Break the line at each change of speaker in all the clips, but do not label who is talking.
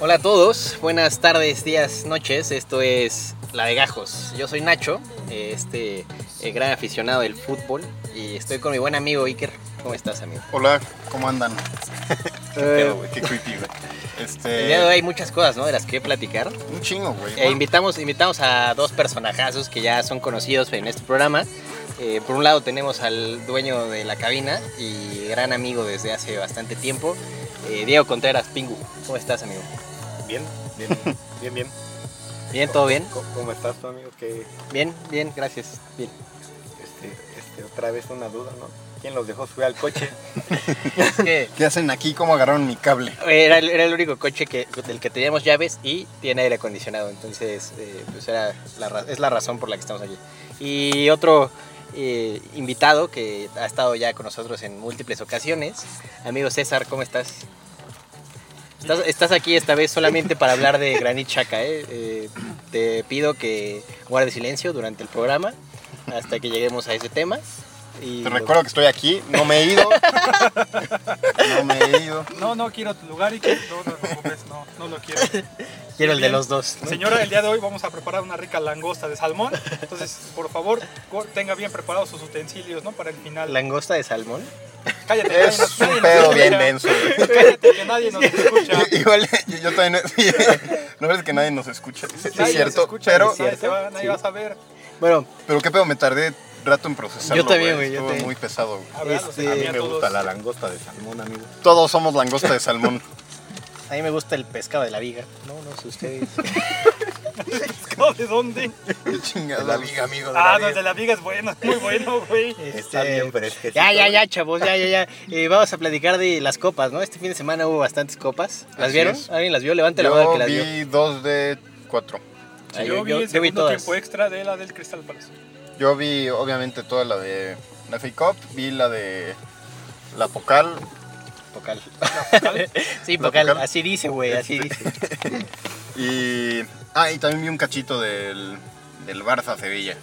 Hola a todos, buenas tardes, días, noches. Esto es La de Gajos. Yo soy Nacho, eh, este eh, gran aficionado del fútbol, y estoy con mi buen amigo Iker. ¿Cómo estás, amigo?
Hola, ¿cómo andan? qué
Eh,
pedo, güey, qué creepy, güey.
El día de hoy
Este,
hay muchas cosas, ¿no? De las que platicar.
un chingo, güey.
E invitamos, invitamos a dos personajazos que ya son conocidos en este programa. Eh, por un lado tenemos al dueño de la cabina y gran amigo desde hace bastante tiempo, eh, Diego Contreras Pingu. ¿Cómo estás, amigo?
Bien, bien, bien, bien.
Bien, todo bien.
Co- ¿Cómo estás tú, amigo? Que
Bien, bien, gracias. Bien.
este, este, otra vez una duda, ¿no? ¿Quién los dejó subir al coche?
Es que
¿Qué hacen aquí? ¿Cómo agarraron mi cable?
era, el- era el único coche que, del que teníamos llaves y tiene aire acondicionado. Entonces, eh, pues era la ra- es la razón por la que estamos aquí. Y otro eh, invitado que ha estado ya con nosotros en múltiples ocasiones, amigo César, ¿cómo estás? Estás, estás aquí esta vez solamente para hablar de Granit Chaca. ¿eh? Eh, te pido que guardes silencio durante el programa hasta que lleguemos a ese tema. Y
Te recuerdo que estoy aquí, no me he ido. No me he ido.
No, no quiero tu lugar y que no te preocupes, no, no lo quiero.
quiero el de los dos.
Señora, el día de hoy vamos a preparar una rica langosta de salmón, entonces por favor co- tenga bien preparados sus utensilios, ¿no? Para el final.
Langosta de salmón.
Cállate, nadie
Es
nos- nadie
un
nos
pedo
escucha.
bien denso, güey.
Cállate, que nadie nos escucha.
Igual, eh, yo, yo también. no- sí, no ves que nadie nos escucha. Sí,
Nadie
es
nos
cierto.
escucha,
pero,
nadie se va, nadie
Sí.
va a saber.
Bueno,
pero qué pedo, me tardé rato en procesarlo.
Yo también, güey, yo
Estuvo
también.
muy pesado, güey.
A ver, los
Este,
engañé a
Me
todos.
gusta la langosta de salmón, amigo.
Todos somos langosta de salmón.
a mí me gusta el pescado de la viga. No, no sé ustedes.
No, ¿De dónde?
Qué chingada.
amigo.
Ah, no, el de la viga es bueno, es muy bueno, güey.
Está
Este,
bien fresquecito.
Este, Ya, ya, ya, chavos, ya, ya, ya. Eh, vamos a platicar de las copas, ¿no? Este fin de semana hubo bastantes copas. ¿Las
Así
vieron?
es.
¿Alguien las vio? Levante la mano el
Yo
que las vio.
vi dos de cuatro.
Ah,
yo, vi el
yo
segundo tiempo eh. extra de la del Crystal Palace.
Yo vi obviamente toda la de la FA Cup, vi la de la Pocal,
Pocal.
Total,
Sí,
¿La
Pocal.
Pocal?
Así dice, güey, así dice.
y ah, y también vi un cachito del del Barça Sevilla.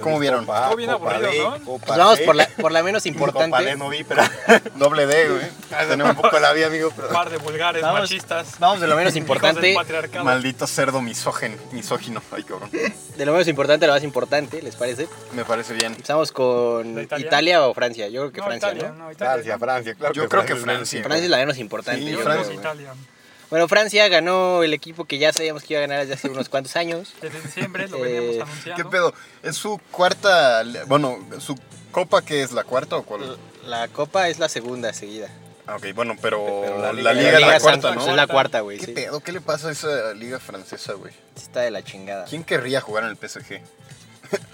¿Cómo vieron?
Estuvo bien aburrido, ¿no?
Pues vamos por la, por la menos importante.
no vi, pero
Doble D, güey. Tenemos un poco la vida, amigo, pero
Par de vulgares,
Vamos.
machistas.
Vamos de lo menos
hijos del
importante.
patriarcado.
maldito cerdo misógeno, misógino. Ay, cabrón.
De lo menos importante a lo más importante, ¿les parece?
Me parece bien.
Empezamos con
¿La Italia?
Italia o Francia. Yo creo que
No,
Francia,
Italia,
¿no?
no, Italia.
Francia, Francia, claro.
Yo creo que Francia.
Francia es la menos importante.
Sí,
yo
Yo
creo,
creo que
güey.
Italia.
Bueno, Francia ganó el equipo que ya sabíamos que iba a ganar desde hace unos cuantos años.
Desde diciembre lo
Eh,
veníamos
¿qué
¿Qué
anunciando.
pedo? ¿Es su cuarta, li- bueno, su copa que es la cuarta o
Eh.
cuál?
La copa es la segunda seguida.
Ah, ok, bueno, pero,
Pero
la
la
liga,
liga-
es la,
Liga
cuarta,
San-
¿no?
Es la cuarta, güey.
¿Qué
Sí.
pedo? ¿Qué le pasa a esa liga francesa, güey?
Sí Está de la chingada.
¿Quién querría jugar en el PSG?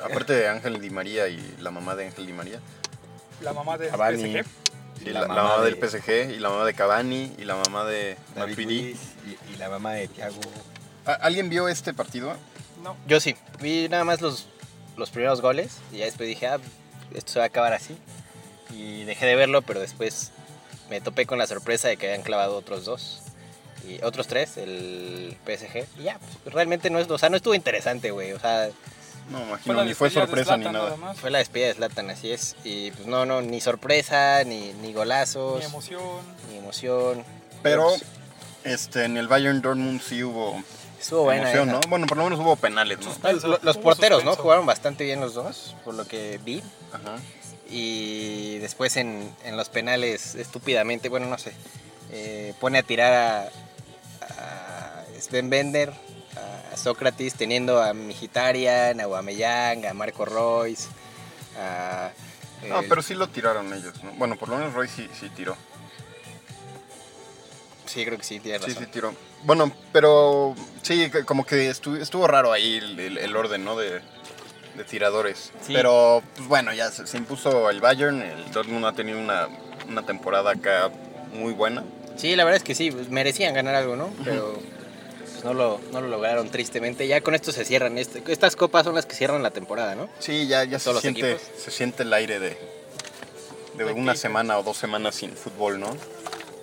Aparte de Ángel Di María y la mamá de Ángel Di María.
La mamá de
Cavani.
PSG.
Y la, la mamá del PSG y la mamá de Cavani y la mamá de Matuidi.
y, y la mamá de Tiago.
¿A- ¿Alguien vio este partido?
No,
Yo sí. Vi nada más los, los primeros goles y ya después dije, ah, esto se va a acabar así. Y dejé de verlo, pero después me topé con la sorpresa de que habían clavado otros dos. Y otros tres, el PSG. Y ya, pues, realmente no es, o sea, no estuvo interesante, güey. O sea,
No,
fue
imagino,
la
ni fue
despedida de
sorpresa ni
Zlatan
nada.
más.
fue la despedida de Zlatan, así es. Y pues no, no, ni sorpresa, ni, ni golazos,
Mi emoción.
ni emoción.
Pero
Pues,
este, en el Bayern Dortmund sí hubo
estuvo buena. ¿eh?
emoción,
esa.
¿no? Bueno, por lo menos hubo penales, ¿no?
Bueno, Pues, lo- los
Hubo
porteros, ¿no?
suspenso.
Jugaron bastante bien los dos, por lo que vi.
Ajá.
Y después en, en los penales, estúpidamente, bueno, no sé, eh, pone a tirar a, a Sven Bender, a Sócrates, teniendo a Mijitarian, a Guamellán, a Marco Royce, a...
No,
eh,
pero sí lo tiraron ellos, ¿no? Bueno, por lo menos Roy sí, sí tiró.
Sí, creo que sí, tienes
Sí,
razón.
sí tiró. Bueno, pero sí, que- como que estu- estuvo, raro ahí el, el- el orden, ¿no? De, de tiradores.
Sí.
Pero, pues bueno, ya se, se impuso el Bayern. El Dortmund ha tenido una, una temporada acá muy buena.
Sí, la verdad es que sí, pues, merecían ganar algo, ¿no? Pero pues, no, lo, no lo lograron tristemente. Ya con esto se cierran. este- estas copas son las que cierran la temporada, ¿no?
Sí, ya, ya se,
Todos los
siente,
equipos.
se siente el aire de, de
De
una
aquí.
semana o dos semanas sin fútbol, ¿no?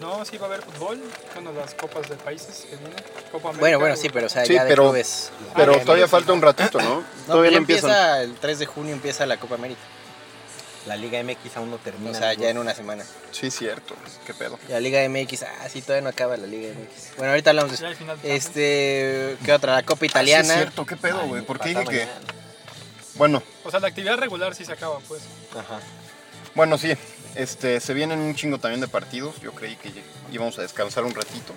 No, sí va a haber fútbol. Bueno, las copas de países que vienen. Copa América.
Bueno, bueno,
güey.
sí, pero o sea,
Sí,
ya de
pero-
clubes.
Pero
Ah,
todavía
sí,
falta
no.
un ratito, ¿no?
No,
todavía
ya
no empiezan.
empieza el 3 de junio, empieza la Copa América.
La Liga MX aún no termina.
O sea, ya en
amigos.
una semana.
Sí, cierto. Qué pedo.
La Liga MX, ah, sí, todavía no acaba la Liga MX. Bueno, ahorita hablamos
Ya
de
al final.
Este, ¿qué otra? La Copa
Ah, Sí,
Italiana.
cierto. Qué pedo, güey. ¿Por qué dije
Pasado
que...?
mañana.
Bueno,
O sea, la actividad regular sí se acaba, pues.
Ajá.
bueno, sí. Este, se vienen un chingo también de partidos. Yo creí que íbamos a descansar un ratito.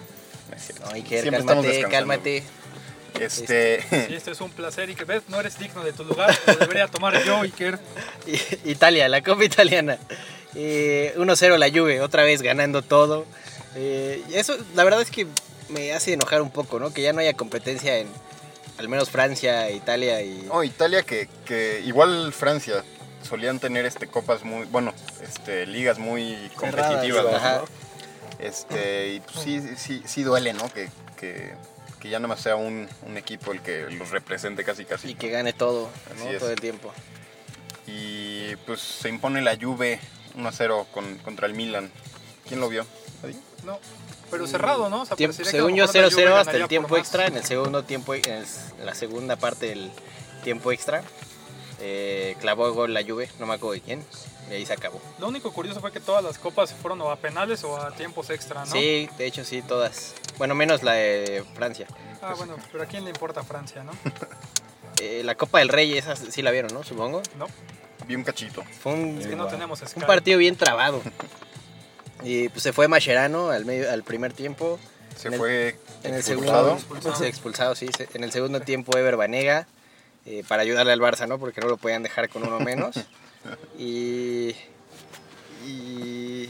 No es cierto.
No, Iker,
Siempre estamos
cálmate,
descansando.
cálmate.
Este...
Y esto es un placer y que ves, no eres digno de tu lugar. Lo debería tomar yo, Iker.
Italia, la Copa Italiana. Eh, 1-0 la Juve, otra vez ganando todo. Eh, y eso, la verdad es que me hace enojar un poco, ¿no? Que ya no haya competencia en al menos Francia, Italia y...
Oh, Italia que, que igual Francia solían tener este copas muy, bueno, este ligas muy competitivas.
Cerradas,
¿no?
ajá.
Este, y pues sí, sí, sí duele, ¿no? Que, que, que ya nada más sea un, un equipo el que los represente casi
Y
casi.
que gane todo,
Así
¿no?
es.
Todo el tiempo.
Y pues se impone la Juve 1-0 con- contra el Milan. ¿Quién lo vio? ¿Nadie?
No. Pero
Mm,
cerrado, ¿no? O sea,
Tiempo-
parecería que a lo
según yo
mejor la
0-0
Juve
hasta
ganaría
el
por
tiempo
más.
extra, en el segundo tiempo, en el- la segunda parte del tiempo extra, eh, clavó gol la Juve, no me acuerdo de quién, y ahí se acabó.
Lo único curioso fue que todas las copas fueron o a penales o a tiempos extra, Ah, ¿no?
Sí, de hecho sí, todas. Bueno, menos la de Francia.
Ah, bueno, pero ¿a quién le importa Francia, no?
Eh, la Copa del Rey, esa sí la vieron, ¿no? Supongo.
No,
Vi un cachito.
Fue un,
es que no tenemos Sky.
un partido bien trabado. Y pues se fue Mascherano al, medio, al primer tiempo.
Se
En el-
fue
En el
expulsado.
segundo, expulsado, expulsado sí. se- En el segundo tiempo Ever Banega eh, para ayudarle al Barça, ¿no? Porque no lo podían dejar con uno menos. Y, y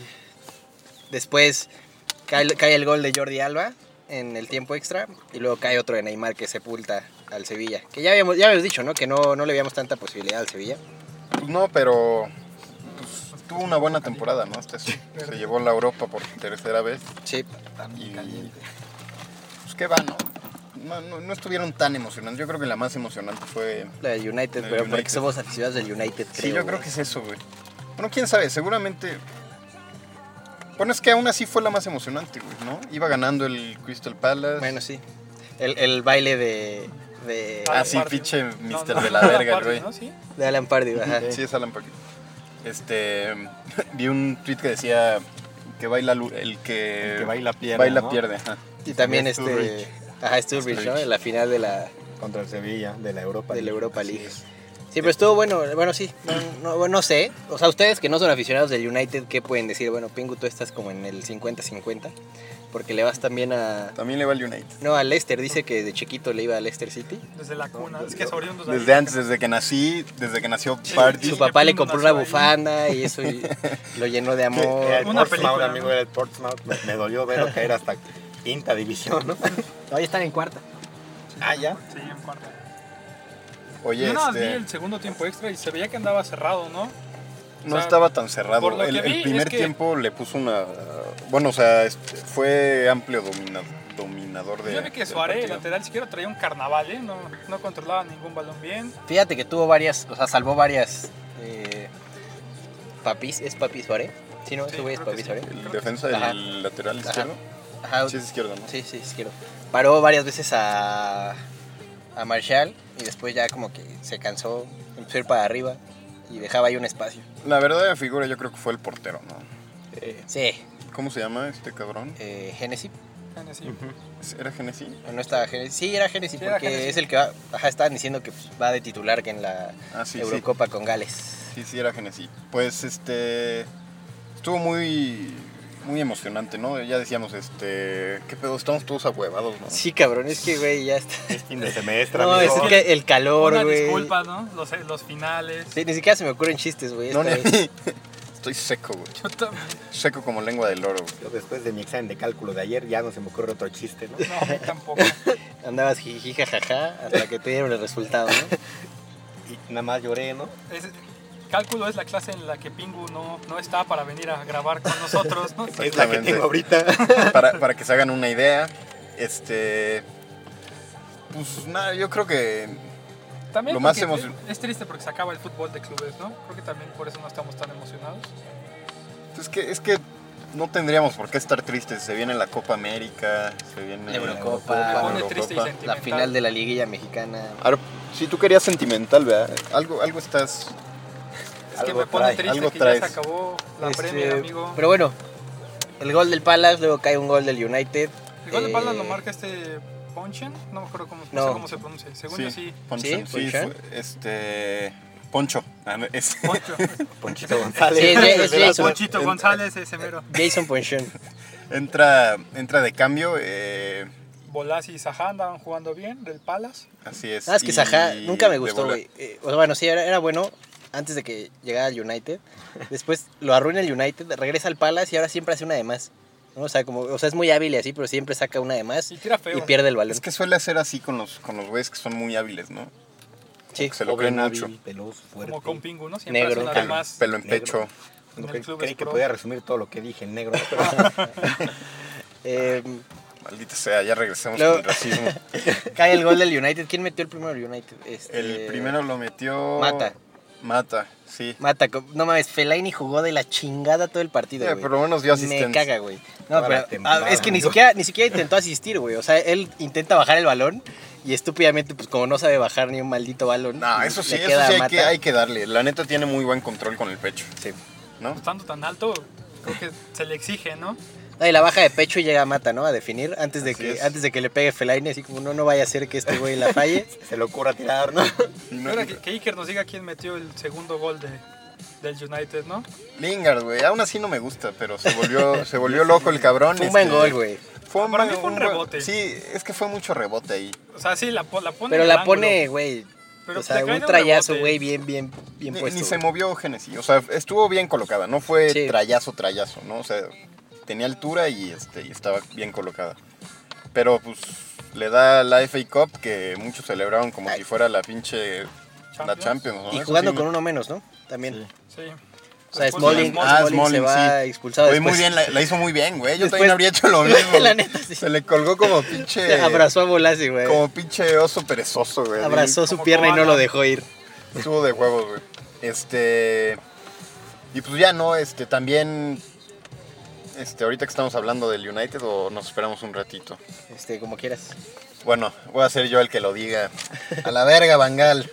después cae, el- cae el gol de Jordi Alba en el tiempo extra y luego cae otro de Neymar que sepulta al Sevilla. Que ya habíamos, ya habíamos dicho, ¿no? Que no, no le veíamos tanta posibilidad al Sevilla.
Pues no, pero pues, tuvo una buena temporada, ¿no? Hasta se, se llevó la Europa por tercera vez.
Sí.
Y, pues qué va, ¿no? No, no- no estuvieron tan emocionantes. Yo creo que la más emocionante fue.
La de United,
La de
pero porque
United.
somos aficionados del United, creo.
sí, yo creo
güey.
que es eso, güey. Bueno, quién sabe, seguramente. Bueno, es que aún así fue la más emocionante, güey, ¿no? Iba ganando el Crystal Palace.
Bueno, sí. El, el baile de, de,
Ah,
Alan
sí,
Pardew.
pinche
No,
Mr.
no,
de la
Alan
verga, el
Pardew,
güey.
¿no? Sí.
de Alan Pardew. Ajá.
Sí, es Alan Pardew. Este. Vi un tweet que decía. Que baila lu- el que.
El que baila pierde,
Baila
¿no?
pierde, ajá.
Y también
Sería
este.
Sturridge.
Ajá, Sturridge, ¿no?
Sturridge.
En la final de la,
Contra el Sevilla, de la Europa
de la Europa
Así
League.
es.
Sí, pero estuvo bueno, bueno, sí. No, no, no sé. O sea, ustedes que no son aficionados del United, ¿qué pueden decir? Bueno, Pingu, tú estás como en el 50-50. Porque le vas también a.
También le va al United.
No, a Leicester. Dice que de chiquito le iba a Leicester City.
Desde la cuna, es que es oriundo de Pues ahí.
Desde antes, desde que nací, desde que nació
Sí,
Party.
Su
que
papá le
Pingu
compró una
nació ahí.
bufanda y eso y lo llenó de
Era el
amor.
Una
Portsmouth,
película, ¿no?
amigo, era el Portsmouth. Me, me dolió verlo caer hasta quinta división, ¿no?
Ahí están en cuarta.
Ah, ya.
Sí, en cuarto.
Oye,
Yo nada más vi
este,
el segundo tiempo extra y se veía que andaba cerrado, ¿no?
no
o sea,
estaba tan cerrado.
por lo
El,
que
el
vi
primer
es que-
tiempo le puso una. Bueno, o sea, este, fue amplio domina- dominador de.
Yo vi que
del
Suárez, el
partido.
lateral izquierdo, traía un carnaval, ¿eh? No, no controlaba ningún balón bien.
Fíjate que tuvo varias, o sea, salvó varias. Eh, papis, ¿es Papi Suárez? Sí, no,
Sí,
ese güey es
creo
Papi
que sí.
Suárez.
El defensa
Ajá.
del lateral
Ajá.
izquierdo.
Ajá,
Sí, es izquierdo, ¿no?
Sí, sí, sí quiero. Paró varias veces a, a Marshall y después ya como que se cansó, empezó a ir para arriba y dejaba ahí un espacio.
La verdadera figura yo creo que fue el portero, ¿no?
Eh.
Sí,
¿Cómo se llama este cabrón?
eh, Genesis.
Tennessee.
¿Era Genesí?
¿O no estaba Genesis? Sí, era Genesis
Sí, era
porque
Genesis.
es el que va. Ajá, estaban diciendo que pues, va de titular que en la
Ah, sí, sí.
Eurocopa con Gales.
Sí, sí, era Genesí. Pues este. Estuvo muy. Muy emocionante, ¿no? Ya decíamos, este. ¿Qué pedo? Estamos todos ahuevados, ¿no?
Sí, cabrón, es que, güey, ya está.
Es fin de semestre,
No, es
amigo.
que el calor,
Una
güey.
disculpa, ¿no? Los, eh, los finales.
Sí, ni siquiera se me ocurren chistes, güey.
No,
esta
ni-
vez.
Estoy seco, güey.
Yo también.
Seco como lengua del oro, güey.
Yo después de mi examen de cálculo de ayer ya no se me ocurre otro chiste, ¿no?
No, a mí tampoco.
Andabas jiji, jajaja, hasta que te dieron el resultado, ¿no?
Y nada más lloré, ¿no?
Es- cálculo es la clase en la que Pingu no, no está para venir a grabar con nosotros, ¿no?
Es la que
Exactamente.
tengo ahorita.
para, para que se hagan una idea, este. Pues nada, yo creo que.
También
Lo más
porque
emocion-
es, es triste porque se acaba el fútbol de clubes, ¿no? Creo que también por eso no estamos tan emocionados.
Es pues, que, es que no tendríamos por qué estar tristes. Se viene la Copa América, se viene
La Eurocopa.
la
Me pone
Eurocopa.
triste y sentimental.
La final de la liguilla mexicana.
Ahora, si tú querías sentimental, ¿verdad? Algo, algo estás.
Es que
Algo
me pone
trae,
triste
algo
que ya se
traes.
acabó la
Este,
Premier, amigo.
Pero bueno, el gol del Palace, luego cae un gol del United.
El gol de Palma lo
eh,
marca este Ponchen, no me acuerdo cómo, no sé
No.
cómo se pronuncia. Según yo sí,
Poncho,
¿Sí?
sí,
¿Poncho?
fue- este. Poncho. Ah, no, es-
Poncho.
Ponchito
Sí,
González.
es- es
de la
Jason,
Ponchi.
Ponchito González, ese mero.
Jason Ponchon.
entra, entra de cambio. eh,
Bolasi y Sajá andaban jugando bien del Palace.
así es.
Nada más Ah, que Saha
y
nunca me
de
gustó,
bola-
güey. Eh, o sea, bueno, sí, era, era bueno antes de que llegara al United. Después lo arruina el United, regresa al Palace y ahora siempre hace una de más. ¿no? O, sea, como, o sea, es muy hábil y así, pero siempre saca una de más
Y tira feo.
y pierde el balón.
Es que suele hacer así con los, con los güeyes que son muy hábiles, ¿no?
Sí.
Que se lo creen mucho.
Peloz, fuerte.
como con Pingu, ¿no? Siempre
Negro.
hace una de
Pelo,
más.
pelo en
negro.
pecho.
en el
Creí-
club
creí
es
que
pro.
podía resumir todo lo que dije en negro.
Eh,
Maldita sea, ya regresamos
Luego-
con el racismo.
Este, cae el gol del United. ¿Quién metió el primero del United? Este,
El primero lo metió.
Mata.
Mata, sí.
Mata, co- no mames, Fellaini jugó de la chingada todo el partido,
Eh,
güey.
pero menos dio
Me
asistencia.
caga, güey. No,
Toda la
pero
temporada,
ah, es que ni
amigo.
siquiera, ni siquiera intentó asistir, güey. O sea, él intenta bajar el balón y estúpidamente, pues como no sabe bajar ni un maldito balón.
No, eso sí,
le
eso
queda
sí hay
Mata.
que, hay que darle. La neta tiene muy buen control con el pecho,
Sí.
¿no?
Estando tan alto, creo que se le exige, ¿no?
No, y la baja de pecho y llega a Mata, ¿no? A definir antes de,
Así
que,
es.
antes de que le pegue Fellaini, así como no, no vaya a ser que este güey la falle.
Se le ocurra tirar, ¿no?
Y no-
Ahora que, que Iker nos diga quién metió el segundo gol de, del United, ¿no?
Lingard, güey, aún así no me gusta, pero se volvió, se volvió loco el cabrón.
Fue un
este,
buen gol, güey.
Fue un,
Para mí
buen-
fue un
buen-
rebote.
Sí, es que fue mucho rebote ahí.
O sea, sí, la, po- la pone.
Pero
en el
la
ángulo.
pone, güey.
Pero
o sea,
le cae
un
de un
trayazo,
rebote.
güey, bien, bien, bien
Ni,
puesto.
ni
güey.
se movió Genesis, o sea, estuvo bien colocada, no fue
Sí.
trayazo, trayazo, ¿no? O sea, tenía altura y, este, y estaba bien colocada. Pero pues le da la FA Cup que muchos celebraron como
Ay.
si fuera la pinche la
Champions.
Champions. ¿no?
Y
Eso
jugando
sí
con
me-
uno menos, ¿no? También.
Sí.
Sí.
O sea,
Después de
Smalling,
las
Ah,
Smalling se
Smalling,
va
sí.
expulsado
Oye, muy
después.
bien, la, la hizo muy bien, güey. Yo
Después-
también habría hecho lo mismo.
La neta, sí.
Se le colgó como pinche.
Se Abrazó a Bolasi, güey.
Como pinche oso perezoso, güey.
Abrazó su
como
pierna y no
koala.
lo dejó ir.
Estuvo de huevos, güey. Este. Y pues ya no, este, también. Este, ahorita que estamos hablando del United o nos esperamos un ratito.
Este, como quieras.
Bueno, voy a ser yo el que lo diga. A la verga, Bangal.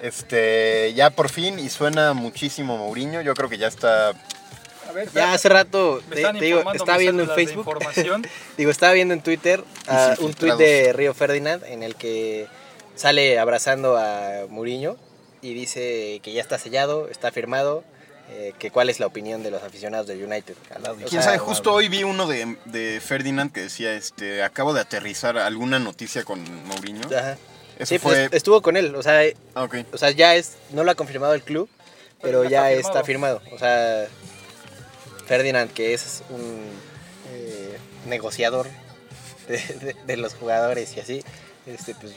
Este, ya por fin y suena muchísimo Mourinho. Yo creo que ya está.
A ver,
Ya
espérate,
hace rato,
me
te,
están
te digo,
informando
estaba
mis
viendo en
células de
Facebook,
Información.
digo, estaba viendo en Twitter ah, un tweet
Infiltrados.
de Río Ferdinand en el que sale abrazando a Mourinho y dice que ya está sellado, está firmado, eh, que cuál es la opinión de los aficionados del United.
Calado.
O
Quién
sea,
sabe, justo hoy vi uno de, de Ferdinand que decía, este, acabo de aterrizar alguna noticia con Mourinho.
ajá.
Eso
Sí, pues,
fue.
estuvo con él, o sea, eh,
Ah, ok.
o sea, ya es, no lo ha confirmado el club, pero,
Pero
ya
ya
está
está
firmado. O sea, Ferdinand, que es un eh, negociador de, de- de los jugadores y así, este, pues,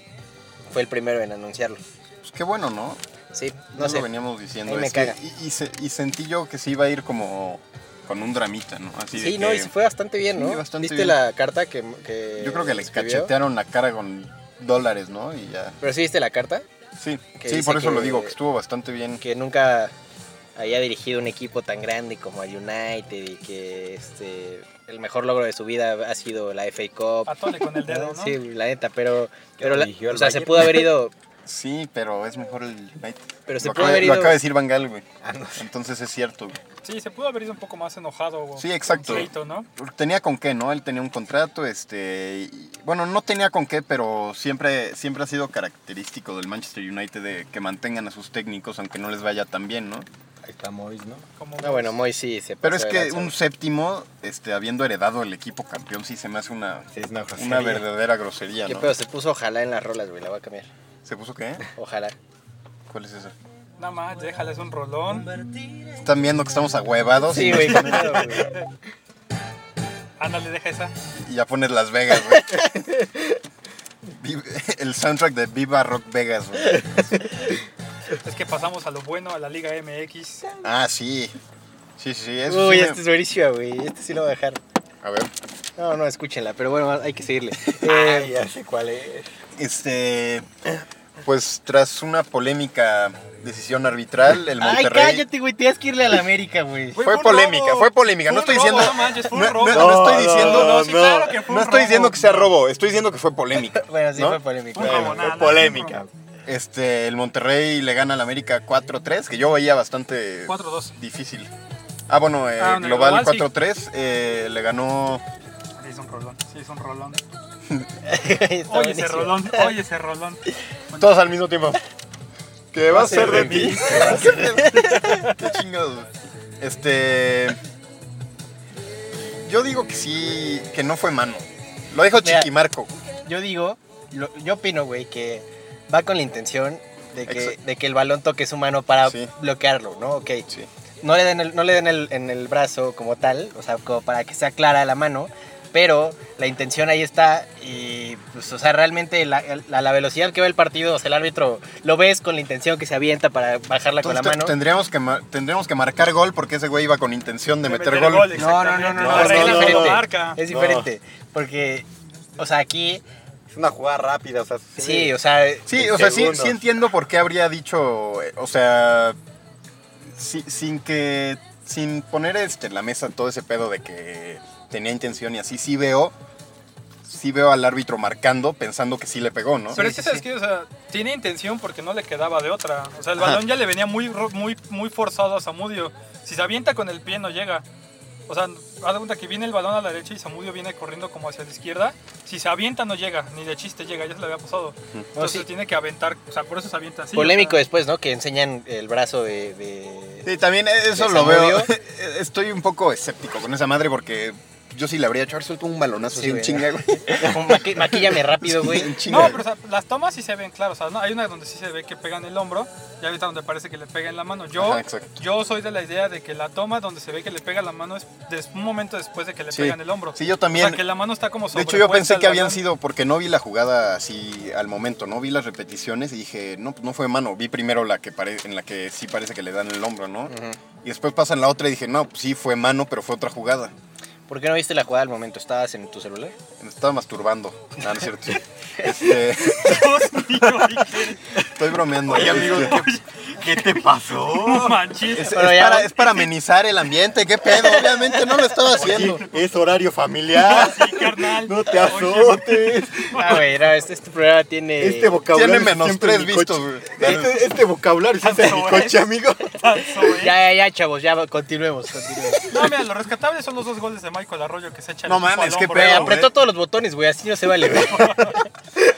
fue el primero en anunciarlo.
Pues qué bueno, ¿no?
Sí,
No
no sé.
lo veníamos diciendo.
Ahí me
es que-
caga.
y, y se- y sentí yo que se iba a ir como con un dramita, ¿no? Así de
Sí, no,
que
y se fue bastante bien,
Sí,
¿no?
bastante
¿Viste
bien.
la carta que, que
Yo creo que le
escribió?
cachetearon la cara con dólares, ¿no? Y ya.
Pero sí viste la carta,
Sí,
Que
sí
dice
por eso
que-
lo digo, que estuvo bastante bien.
que nunca había dirigido un equipo tan grande como el United y que este, el mejor logro de su vida ha sido la FA Cup.
Atole con el dedo, ¿no?
Sí, la neta, pero,
Que
pero la-
eligió al
o sea, se
Bayern.
pudo haber ido,
Sí, pero es mejor el United.
pero se
lo,
pudo
acaba,
haber
lo
ido.
acaba de decir Bangal, güey.
Ah, no.
Entonces es cierto. güey.
Sí, se pudo haber ido un poco más enojado. o
Sí, exacto.
con pleito, ¿no?
Tenía con qué, ¿no? Él tenía un contrato, este... y- bueno, no tenía con qué, pero siempre, siempre ha sido característico del Manchester United de que mantengan a sus técnicos aunque no les vaya tan bien, ¿no?
Ahí está Mois, ¿no?
Como
No, Ah, bueno, Moy sí se
Pero es
pasó de
que
lanza.
un séptimo, este, habiendo heredado el equipo campeón, sí se me hace una,
Sí, es una grosería.
una verdadera grosería,
¿Qué
¿no?
pedo? Se puso ojalá en las rolas, güey, la voy a cambiar.
¿Se puso qué?
Ojalá.
¿Cuál es esa?
Nada más, déjales un rolón.
Están viendo que estamos ahuevados
Sí,
y,
güey, qué pedo, güey.
Ándale, deja esa.
y ya pones Las Vegas, güey. Vive- El soundtrack de Viva Rock Vegas, güey.
Es que pasamos a lo bueno, a la Liga MX.
Ah, sí. Sí, sí, sí. Eso
Uy,
sí me-
este es buenísimo, güey. Este sí lo voy a dejar.
A ver.
No, no, escúchenla, pero bueno, hay que seguirle.
Ah,
Eh,
ya sé cuál es.
Este. Pues tras una polémica decisión arbitral, el
ay,
Monterrey.
cállate, güey, tienes que irle a la América, güey.
Güey,
Fue
un
polémica,
robo.
fue polémica, no
Fue un
estoy
robo,
diciendo-
No manches, fue un
No,
robo.
no, no estoy diciendo-
No, sí,
no.
claro que fue un
No estoy
robo.
diciendo que sea robo, estoy diciendo que fue polémica.
Bueno, sí
¿no?
fue polémica.
Un robo, nada, nada,
polémica.
un robo.
Este, el Monterrey le gana al América 4-3, que yo veía bastante
4-2.
difícil. Ah, bueno, eh,
Ah, en el
Global,
global, sí.
4-3 eh, le ganó...
Sí, es un rolón. Sí, es un rolón.
Está
Oye, ese
buenísimo.
rolón. Oye, ese rolón.
Todos al mismo tiempo. ¿Qué va a ser de mí? Qué chingados. güey. Este... Yo digo que sí, que no fue mano. Lo dijo
Mira.
Chiquimarco.
Yo digo, lo- yo opino, güey, que va con la intención de que,
Exacto.
de que el balón toque su mano para
Sí.
bloquearlo, ¿no? Ok.
Sí.
No le den, el, no le den el, en el brazo como tal, o sea, como para que sea clara la mano, pero la intención ahí está y, pues, o sea, realmente la, la, la velocidad que va el partido, o sea, el árbitro lo ves con la intención que se avienta para bajarla con la
Entonces,
mano.
Tendríamos que, ma- tendríamos que marcar gol porque ese güey iba con intención de, meter, gol.
No, no, no,
exactamente.
no,
no,
La
no,
regla
no,
no lo
no.
marca.
Es
No.
diferente, porque, o sea, aquí,
Es una jugada rápida, o sea,
sí, o sea,
Sí,
En
o sea, sí,
segundos.
sí entiendo por qué habría dicho, eh, o sea, si- sin que, sin poner este, en la mesa todo ese pedo de que tenía intención y así, sí veo, sí veo al árbitro marcando pensando que sí le pegó, ¿no?
Pero es
Sí,
que,
sí,
¿sabes
sí.
qué? O sea, tiene intención porque no le quedaba de otra. O sea, el
Ajá.
balón ya le venía muy, ro- muy, muy forzado a Samudio. Si se avienta con el pie, no llega. O sea, haz de cuenta que viene el balón a la derecha y Samudio viene corriendo como hacia la izquierda. Si se avienta, no llega. Ni de chiste llega, ya se le había pasado. Entonces
sí.
tiene que aventar. O sea, por eso se avienta así.
polémico
o sea.
después, ¿no? Que enseñan el brazo de... de-
Sí, también e-, eso
¿De
lo veo. e-,
Samudio?
Estoy un poco escéptico con esa madre porque yo sí le habría hecho haber suelto un balonazo
Sí,
así, un
güey.
chinga, güey.
Como maqui- maquíllame rápido, güey.
Un chinga.
No, pero o sea, las tomas sí se ven claras. O sea, ¿no? hay una donde sí se ve que pega en el hombro y ahorita donde parece que le pega en la mano. Yo,
Ajá, exacto.
yo soy de la idea de que la toma donde se ve que le pega la mano es des- un momento después de que le
Sí.
pega en el hombro.
Sí, yo
O sea,
también.
que la mano está como
De hecho, yo pensé
sobrepuesta
que
al
habían
balón.
sido, porque no vi la jugada así al momento, no vi las repeticiones y dije, no, pues no fue mano. Vi primero la que pare- en la que sí parece que le dan el hombro, ¿no?
Ujú.
Y después pasan la otra y dije, no, pues sí fue mano, pero fue otra jugada.
¿Por qué no viste la jugada al momento? ¿Estabas en tu celular?
Me estaba masturbando. Ah, no es cierto. Este,
Dios mío, dije,
estoy bromeando.
Oye, amigo,
Este,
¿qué, qué te pasó?
no manches.
es, es
Pero ya-
para, es para amenizar el ambiente, qué pedo. Obviamente no lo estaba haciendo.
Oye, es horario familiar.
Sí, carnal.
No te
Oye,
azotes.
Ah, güey, no, este, este programa tiene...
Este
Eh,
vocabulario.
Tiene menos
siempre en
tres
mi
vistos,
coche.
güey.
Este, este vocabulario siempre en mi
Tanto,
coche,
¿eh?
amigo.
tanso, ¿eh?
Ya, ya, ya, chavos, ya continuemos. continuemos.
No, mira, lo rescatable son los dos goles de Michael Arroyo que se echa el
No
equipo
mames,
al
qué
hombro.
Güey,
pedo,
apretó todos los botones, güey, así no se vale, güey.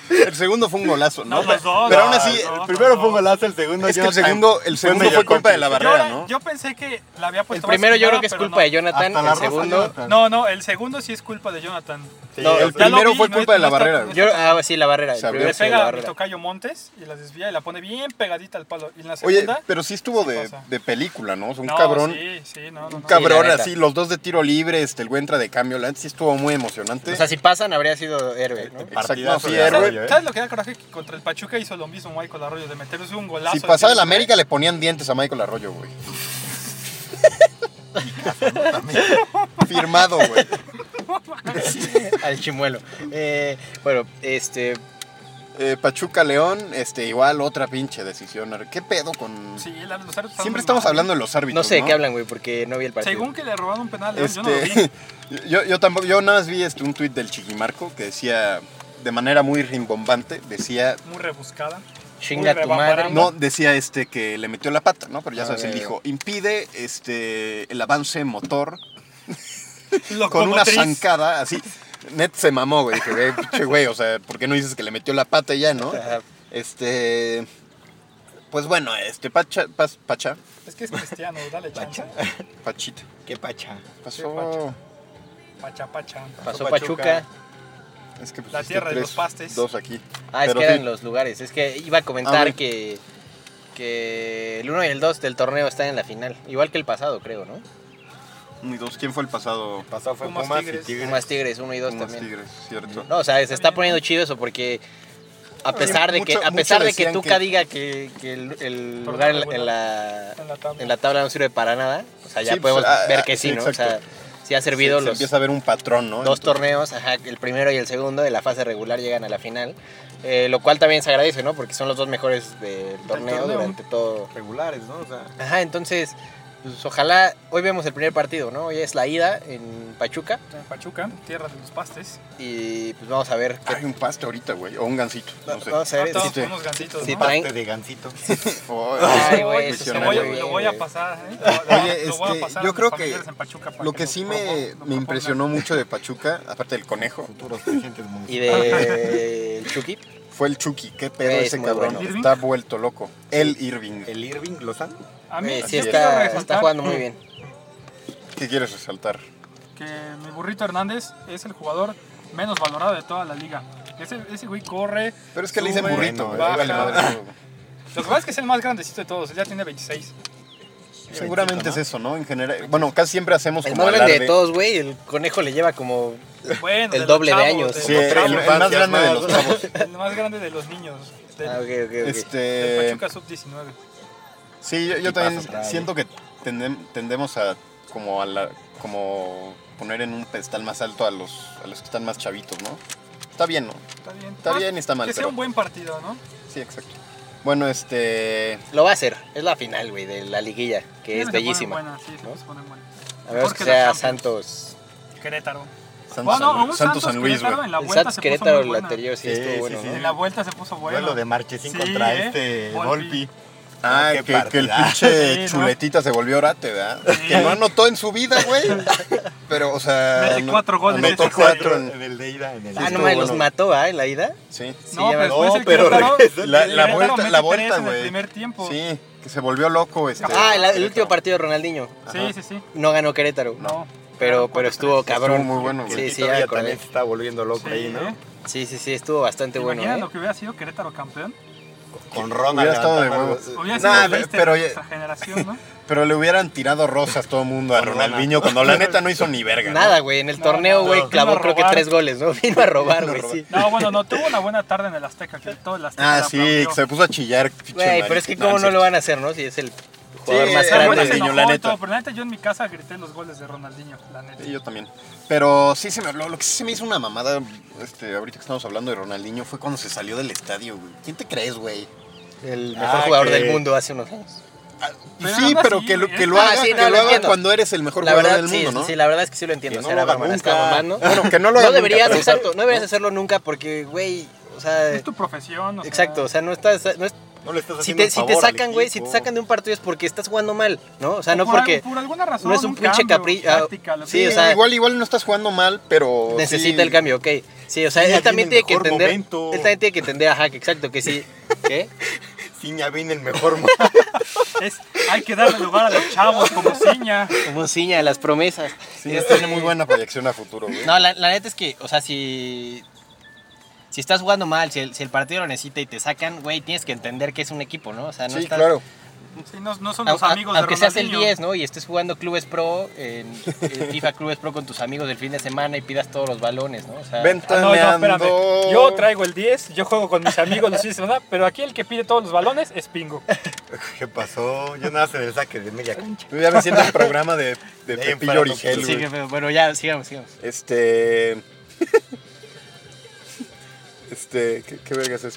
El segundo fue un golazo, ¿no?
No, los dos,
pero aún
no,
así,
no.
el primero fue un golazo, el segundo
Es que
yo
el segundo-
fue
el segundo
medio
fue culpa de la
Yo,
barra.
cómplice.
ahora-
¿no?
yo pensé que la había
El
puesto
primero
más
yo
clara,
creo que es
pero
culpa
no.
de Jonathan,
Hasta la
el
roja,
segundo...
Jonathan.
No, no, el segundo sí es culpa de Jonathan.
Sí,
No,
o sea,
El
Ya lo
primero
vi,
fue
no-
culpa de la
no está-
barrera. güey.
Yo, ah, sí, la barrera. El
Se abrió.
primero
Le
Pero
fue la
pega a mi
barrera.
tocayo Montes y la desvía y la pone bien pegadita al palo. Y en la
Oye,
segunda.
pero sí estuvo
sí
de,
pasa.
de película, ¿no? O sea, un
no,
cabrón.
Sí, sí, no, no,
Un
no.
cabrón
neta.
así, los dos de tiro libre, este, el güey entra de cambio, la neta sí estuvo muy emocionante.
O sea, si pasan, habría sido héroe, ¿no?
Exacto, no,
Partidazo de
sí, héroe.
¿Sabes,
Arroyo, ¿eh?
sabes lo que da coraje? Que contra el Pachuca hizo lo mismo Michael Arroyo de meterse un golazo.
si pasaba
de
el América le ponían dientes a Michael Arroyo, güey. Firmado, güey.
Al chimuelo. Eh, bueno, este...
Eh, Pachuca León, este, igual otra pinche decisión. ¿Qué pedo con.?
Sí, la- los árbitros están
Siempre
muy
estamos
mal.
hablando de los árbitros.
No sé de qué hablan, güey, porque no vi el partido.
Según que le robaron un penal, León, yo no lo vi.
Este, yo, yo tampoco, yo nada más vi este, un tuit del Chiquimarco que decía de manera muy rimbombante, decía
Muy rebuscada.
Chinga
Muy
tu madre.
rebambaramba.
No, decía este que le metió la pata, ¿no? Pero ya
Ah,
sabes,
ya,
él
ya.
dijo, impide este, el avance motor con una
Locomotriz.
zancada, así. Net se mamó, güey. Dije, "Güey, pinche güey, o sea, ¿por qué no dices que le metió la pata y ya, no?
¿eh?
Ajá.
Este... Pues bueno, este, Pacha, Pas- Pacha,
Es que es cristiano, dale chance.
Pachita.
Qué pacha.
Pasó...
Pacha, pacha.
Pasó
Pachuca.
Pachuca.
Es que pues,
La tierra de los pastes.
Dos aquí.
Ah, es
Pero
que
sí.
eran los lugares. Es que iba a
Ah,
comentar
bueno.
que, que el 1 y el 2 del torneo están en la final. Igual que el pasado, creo, ¿no?
Uno y dos. ¿Quién fue el pasado?
Pasó fue
Pumas,
Pumas,
Tigres.
y Tigres.
Pumas Tigres, 1 y 2
Pumas
también.
Tigres, cierto.
No, o sea, se está
bien.
poniendo chido eso porque a pesar de que,
mucho-
a pesar
mucho
de que
decían
Tuca
que-
diga que, que el, el lugar en, la- en la,
En la tabla.
en la tabla no sirve para nada, o sea, ya
Sí, pues,
podemos
ah,
ver
ah,
que sí,
sí,
¿no? O sea,
exacto.
sí ha
Se,
servido
se
los
empieza a ver un patrón, ¿no?
dos
Entonces,
torneos, ajá, el primero y el segundo de la fase regular llegan a la final, eh, lo cual también se agradece, ¿no? Porque son los dos mejores del torneo
torneo.
durante todo,
Regulares, ¿no? O sea,
Ajá, entonces, pues ojalá hoy vemos el primer partido, ¿no? Hoy es la ida en Pachuca
En Pachuca, tierra de los pastes.
y pues vamos a ver qué-
Hay un pasto ahorita, güey. O un gancito. No sé.
vamos a ver
Ah, todos
si-
sí.
con unos gansitos,
si
¿no?
traen-
Parte de gancito.
Oh,
Ay, güey,
Ay,
eso
te
suena
voy a-
muy bien,
lo voy a
güey.
pasar, ¿eh? Lo- lo-
Oye,
lo voy a
este,
pasar a
yo
mis
creo que
familiares en Pachuca para
Lo que
nos
sí
propongan-
me,
nos
me
propongan.
impresionó mucho de Pachuca, aparte del conejo,
Futuros presidentes municipales.
y de el Chucky.
fue el Chucky. Qué pedo
Güey, es
ese
muy
cabrón.
bueno.
¿Irving?
Está vuelto loco. El Irving.
El Irving Lozano.
A mí
Eh, sí
yo quiero
está,
resaltar
está jugando muy bien.
¿Qué quieres resaltar?
Que mi burrito Hernández es el jugador menos valorado de toda la liga. Ese, ese güey corre.
Pero es que le dicen
sube,
burrito, güey.
baja.
Vale, madre.
Lo que pasa es que es el más grandecito de todos. Él ya tiene 26.
Seguramente es eso, ¿no? En general. Bueno, casi siempre hacemos
El
como
más grande de
alarde.
todos, güey, el conejo le lleva como
Bueno,
El
los
doble de
chavos,
años.
de-
este. Sí,
los
el,
chavos,
el más grande de los chavos.
el más grande de los niños. De,
Ah, ok, ok, ok.
de
Este.
Pachuca Sub-19.
Sí, yo, yo
Y
también
pasa por ahí.
siento que tendem- tendemos a como a la- como poner en un pedestal más alto a los a los que están más chavitos, ¿no? Está bien, ¿no?
Está bien.
Está
Ah,
bien y está mal,
Que sea
pero-
un buen partido, ¿no?
Sí, exacto. Bueno, este
Lo va a hacer, es la final, güey, de la liguilla, que
Siempre
es
se ponen
bellísima.
buenas, sí, siempre
¿no?
se ponen buenas.
A menos
Porque
que
la
sea
Champions.
Santos.
Querétaro.
Santos,
Bueno,
San,
un
Luis-
Santos,
Santos San Luis,
Querétaro
güey.
en la
el
vuelta
Santos
se
Querétaro,
puso muy
el
buena.
anterior sí,
Sí,
estuvo
sí,
bueno,
sí.
¿no? Ah,
En la vuelta se puso bueno.
Duelo de Marchesín
Sí,
contra
¿eh?
este
Volpi.
Volpi.
Ah,
Ah,
que,
qué
que el
partidazo.
Sí,
pinche
¿no?
chuletita se volvió orate, ¿verdad?
Sí.
Que no anotó en su vida, güey. Pero, o sea.
Mete
no-
cuatro goles.
Anotó
Mete
cuatro. en-
En el de ida, en el
Ah,
de
no
estuvo
mames, los
bueno.
mató, ¿ah? En la ida.
Sí.
Sí,
No,
ya me-
pero después
No,
el
pero
Querétaro-
regresó.
el
La, la
Querétaro
vuelta,
mete
la
tres
vuelta,
en el
güey.
primer tiempo. Sí,
Sí, que se volvió loco, este.
Ah, la- el
Querétaro.
último partido de Ronaldinho.
sí, sí. pues,
No ganó Querétaro.
No.
Pero,
Cuatro,
pero estuvo
tres.
cabrón.
Estuvo muy bueno, güey.
Sí, sí, ya me
Todavía
acordé.
también se está volviendo loco
pues,
Sí,
ahí, ¿no?
¿eh?
Sí, sí, sí, estuvo bastante
¿Te
bueno.
imaginas
¿eh?
lo que hubiera sido Querétaro campeón?
Con Ronald. pues,
Hubiera estado de
levantando-
Eh,
huevos.
Hubiera
Nah,
sido
pe-
triste
pero
de
ya-
nuestra generación, ¿no?
Pero le hubieran tirado rosas todo el mundo a
Con
Ronaldinho cuando la neta no hizo ni verga. ¿no?
Nada, güey. En el
No,
torneo,
no,
güey,
no.
clavó
Vino a
creo que
robar.
tres goles, ¿no? Vino a robar, güey, sí.
No, bueno, no. Tuvo una buena tarde en el Azteca. Que todo el Azteca
Ah,
le
sí,
aplaudió.
que se puso a chillar. pinche
Güey, pero es que
marica.
cómo
No,
no
sí.
lo van a hacer, ¿no? Si es el jugador
Sí,
más
eh,
Pero
grande.
bueno, se
Ronaldinho,
enojó
la
y
neta.
todo, Pero la neta, yo en mi casa grité los goles de Ronaldinho, la neta.
Sí, yo también. Pero sí se me habló. Lo que sí se me hizo una mamada, este, ahorita que estamos hablando de Ronaldinho, fue cuando se salió del estadio, güey. ¿Quién te crees, güey?
El mejor
Ah,
jugador
que-
del mundo hace unos años.
Y
Pero
sí,
aún
pero
así,
que lo,
güey,
que lo
ah,
haga,
sí, no,
que
lo
lo haga
entiendo.
cuando eres el mejor
La
jugador
verdad,
del
sí,
mundo, ¿no?
sí, la verdad es que sí lo entiendo.
Que
o
no
sea,
lo
la
haga
broma la
nunca.
está mamando.
Bueno, que no
No,
lo haga nunca,
deberías,
pero-
exacto, no deberías hacerlo nunca porque, güey, o sea,
Es tu profesión, o sea,
exacto, o sea, no estás, no es-
No le estás
si
haciendo
te,
un
si te
favor al
sacan, güey, si te
equipo.
sacan de un partido es porque estás jugando mal, ¿no? O sea,
o
no
por al-
porque
Por alguna razón.
no es un pinche
cambio,
capri- ah,
táctica, lo que
sí,
Sí,
o sea-
igual, igual no estás jugando mal, pero.
necesita
Pues sí-
el cambio, ok. Sí, o sea,
Sí, ya
él también tiene
tiene el
que
mejor
entender,
momento.
él también tiene que entender, ajá, que exacto, que sí, ¿qué?
Ciña viene el mejor mo-
Es, hay que darle lugar a los chavos como Ciña.
Como ciña de las promesas.
Sí, tiene muy buena proyección a futuro, güey.
No, la, la neta es que, o sea, si. Si estás jugando mal, si el, si el partido lo necesita y te sacan, güey, tienes que entender que es un equipo, ¿no? O sea, no
sí,
estás-
claro.
Sí, no, no son
Au-
los
a-
amigos
aunque
de
seas el
Ronaldinho.
10, ¿no? Y estés jugando clubes pro, en, en FIFA clubes pro con tus amigos del fin de semana y pidas todos los balones, ¿no? O sea,
Ah, no, no, espérame.
Ventaneando.
Yo traigo el 10, yo juego con mis amigos los fines de semana, pero aquí el que pide todos los balones es Pingo.
¿Qué pasó? Yo nada más en el saque de media cancha.
Yo ya me siento el programa de, de
Bien,
Pepillo
para
Origel,
sí,
güey.
qué feo. bueno, ya, sigamos, sigamos.
Este. Este. ¿Qué, qué vergas es?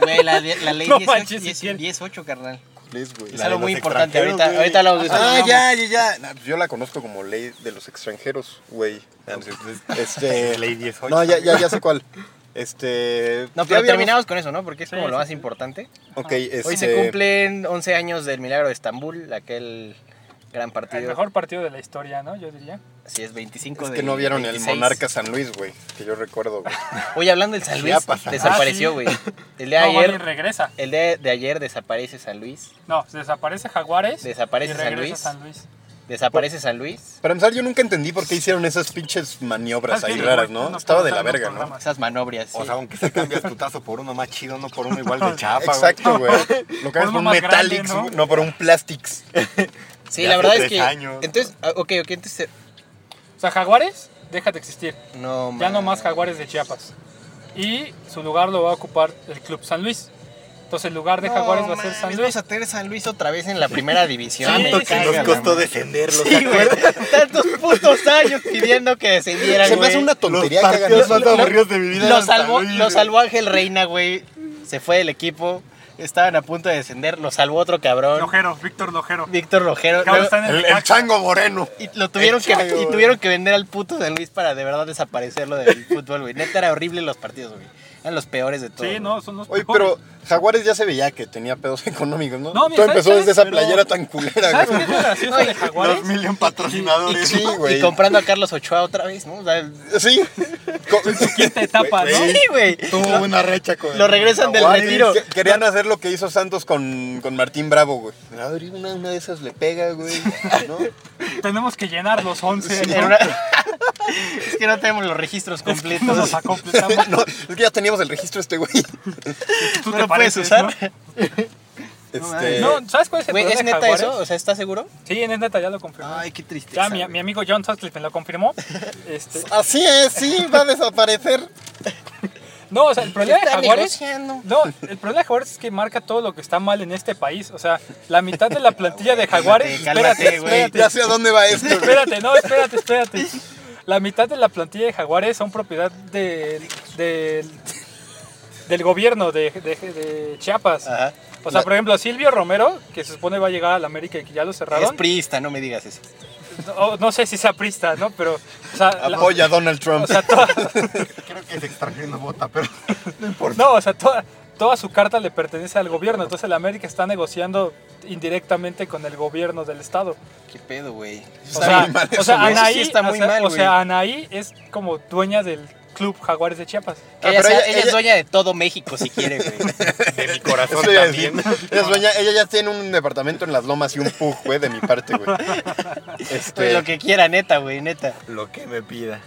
Güey, la, la ley
No
18,
manches,
10,
si quieres.
18, carnal.
Please, güey.
Es
La de
algo
los
muy importante.
extranjeros,
Ahorita,
güey.
ahorita hablamos de eso.
Ah,
¿no?
ya, ya, ya. Nah, pues Yo la conozco como ley de los extranjeros, güey. Este.
Ah, Ley 18.
No, ya, ya, ya sé cuál. Este.
No,
ya
pero
habíamos-
terminamos con eso, ¿no? Porque es
Sí,
como lo
sí,
más
sí.
importante.
Ok, este.
Hoy se cumplen 11 años del milagro de Estambul, aquel gran
El
partido.
mejor partido de la historia, ¿no? Yo diría.
Así es, 25
Es
de
que no vieron el
26.
Monarca San Luis, güey. Que yo recuerdo, güey.
Oye, hablando del San Luis,
Chiapas, ¿no?
desapareció, güey. El día
Ah, no,
de
bueno, y
ayer,
regresa.
el día de ayer desaparece San Luis,
No, se desaparece Jaguares.
Desaparece
y
San
regresa
Luis.
San Luis.
desaparece San Luis.
Para empezar, yo nunca entendí por qué hicieron esas pinches maniobras
¿Sabes
ahí
qué?
raras,
Yo
¿no?
no
Estaba
puedo
de la
estar en
verga,
los
¿no?
programas.
Esas manobrias.
O
sí.
sea, aunque se cambias tu tazo por uno más chido, no por uno igual de chafa. güey.
Exacto, güey. Lo que
Por
es
uno
un
más grande,
Metallics,
¿no?
güey. no, por un Plastics.
sí,
de
la
hace
verdad es
tres
que.
años.
Entonces, ah, ok, ok, entonces.
O sea, Jaguares deja de existir.
No,
Ya
man.
no más Jaguares de Chiapas. Y su lugar lo va a ocupar el Club San Luis. Entonces el lugar de
No,
Jaguares va a ser
mames,
San
Vamos
Luis.
a tener San Luis otra vez en la primera división.
Sí,
me
Tanto que
caga,
nos
la
costó
madre.
descenderlo.
Sí, güey. Tantos putos años pidiendo que descendieran.
Se me hace
güey.
una tontería que hagan eso.
lo-
aburridos de mi vida.
Lo
eran San
salvó,
Luis,
lo
güey.
salvó Ángel Reina, güey. Se fue del equipo. estaban a punto de descender, lo salvó otro cabrón.
Lojero, Víctor Lojero.
Víctor Lojero.
Que ahora
Luego-
está en el,
El, el chango moreno.
y lo tuvieron
El
que
Chayo,
y
güey.
tuvieron que vender al puto San Luis para de verdad desaparecerlo del fútbol, güey. Neta era horrible los partidos, güey. Eran los peores de todos.
Sí, no, son los
Oye,
peores.
pero Jaguares ya se veía que tenía pedos económicos, ¿no?
No, mira,
Todo
¿sabes-
empezó
sabes?
desde esa
Pero-
playera tan culera,
¿Sabes qué
güey.
es lo gracioso de Jaguares?
Los million
güey.
patrocinadores.
Y,
Sí,
y
güey.
comprando a Carlos Ochoa otra vez, ¿no? O sea,
Sí. Co-
Quinta etapa, ¿no?
sí, güey.
Tuvo
Lo-
una recha con.
Lo regresan del
Jaguares,
retiro.
que- Querían hacer lo que hizo Santos con, con Martín Bravo, güey. A ver, una, una de esas le pega, güey. ¿no?
Tenemos que llenar los 11.
En
¿no?
una- es que no tenemos los registros
Es que no
completos.
los acompletamos.
No, es que ya teníamos el registro este, güey.
Tú
No
te
lo puedes
pareces,
usar.
¿no?
Este,
No, ¿sabes cuál es el
Güey,
problema
¿es
de
neta
Jaguares?
eso? Ah. O sea, ¿estás seguro?
Sí, en neta ya lo confirmó.
qué
ya
tristeza.
mi, mi amigo John Sutcliffe me lo confirmó. Este,
Así es, sí, va a desaparecer.
no, o sea, el problema de Jaguares
negociando?
No, el problema de Jaguares es que marca todo lo que está mal en este país. O sea, la mitad de la plantilla de Jaguares.
Cálmate,
espérate,
güey.
espérate,
Ya sé a dónde va esto. güey.
espérate, no, espérate, espérate. La mitad de la plantilla de Jaguares son propiedad de, de- del gobierno de, de- de Chiapas.
Ajá.
O sea, por ejemplo, Silvio Romero, que se supone va a llegar a la América y que ya lo
Es
cerraron.
priista, no me digas eso.
No, no sé si sea prista, ¿no? Pero, o sea, la-
Apoya a Donald Trump.
o sea, toda-
Creo que el extranjero no vota, pero no importa.
No, o sea, toda, toda su carta le pertenece al gobierno. Entonces el América está negociando indirectamente con el gobierno del estado.
¿Qué pedo, güey?
O
Está
sea,
muy mal
o
eso,
sea,
güey. Eso sí
Anaí,
está muy
o sea,
mal,
o
güey.
sea, Anaí es como dueña del club Jaguares de Chiapas.
Que
Ah,
ella,
pero
sea-
ella-
ella es
ella-
dueña de todo México si quiere, güey.
De mi corazón
Eso iba a decir.
también.
Ella, es dueña- ella ya tiene un departamento en las lomas y un pug, güey, de mi parte, güey.
Güey,
Este,
Lo que quiera, neta, güey, neta.
Lo que me pida.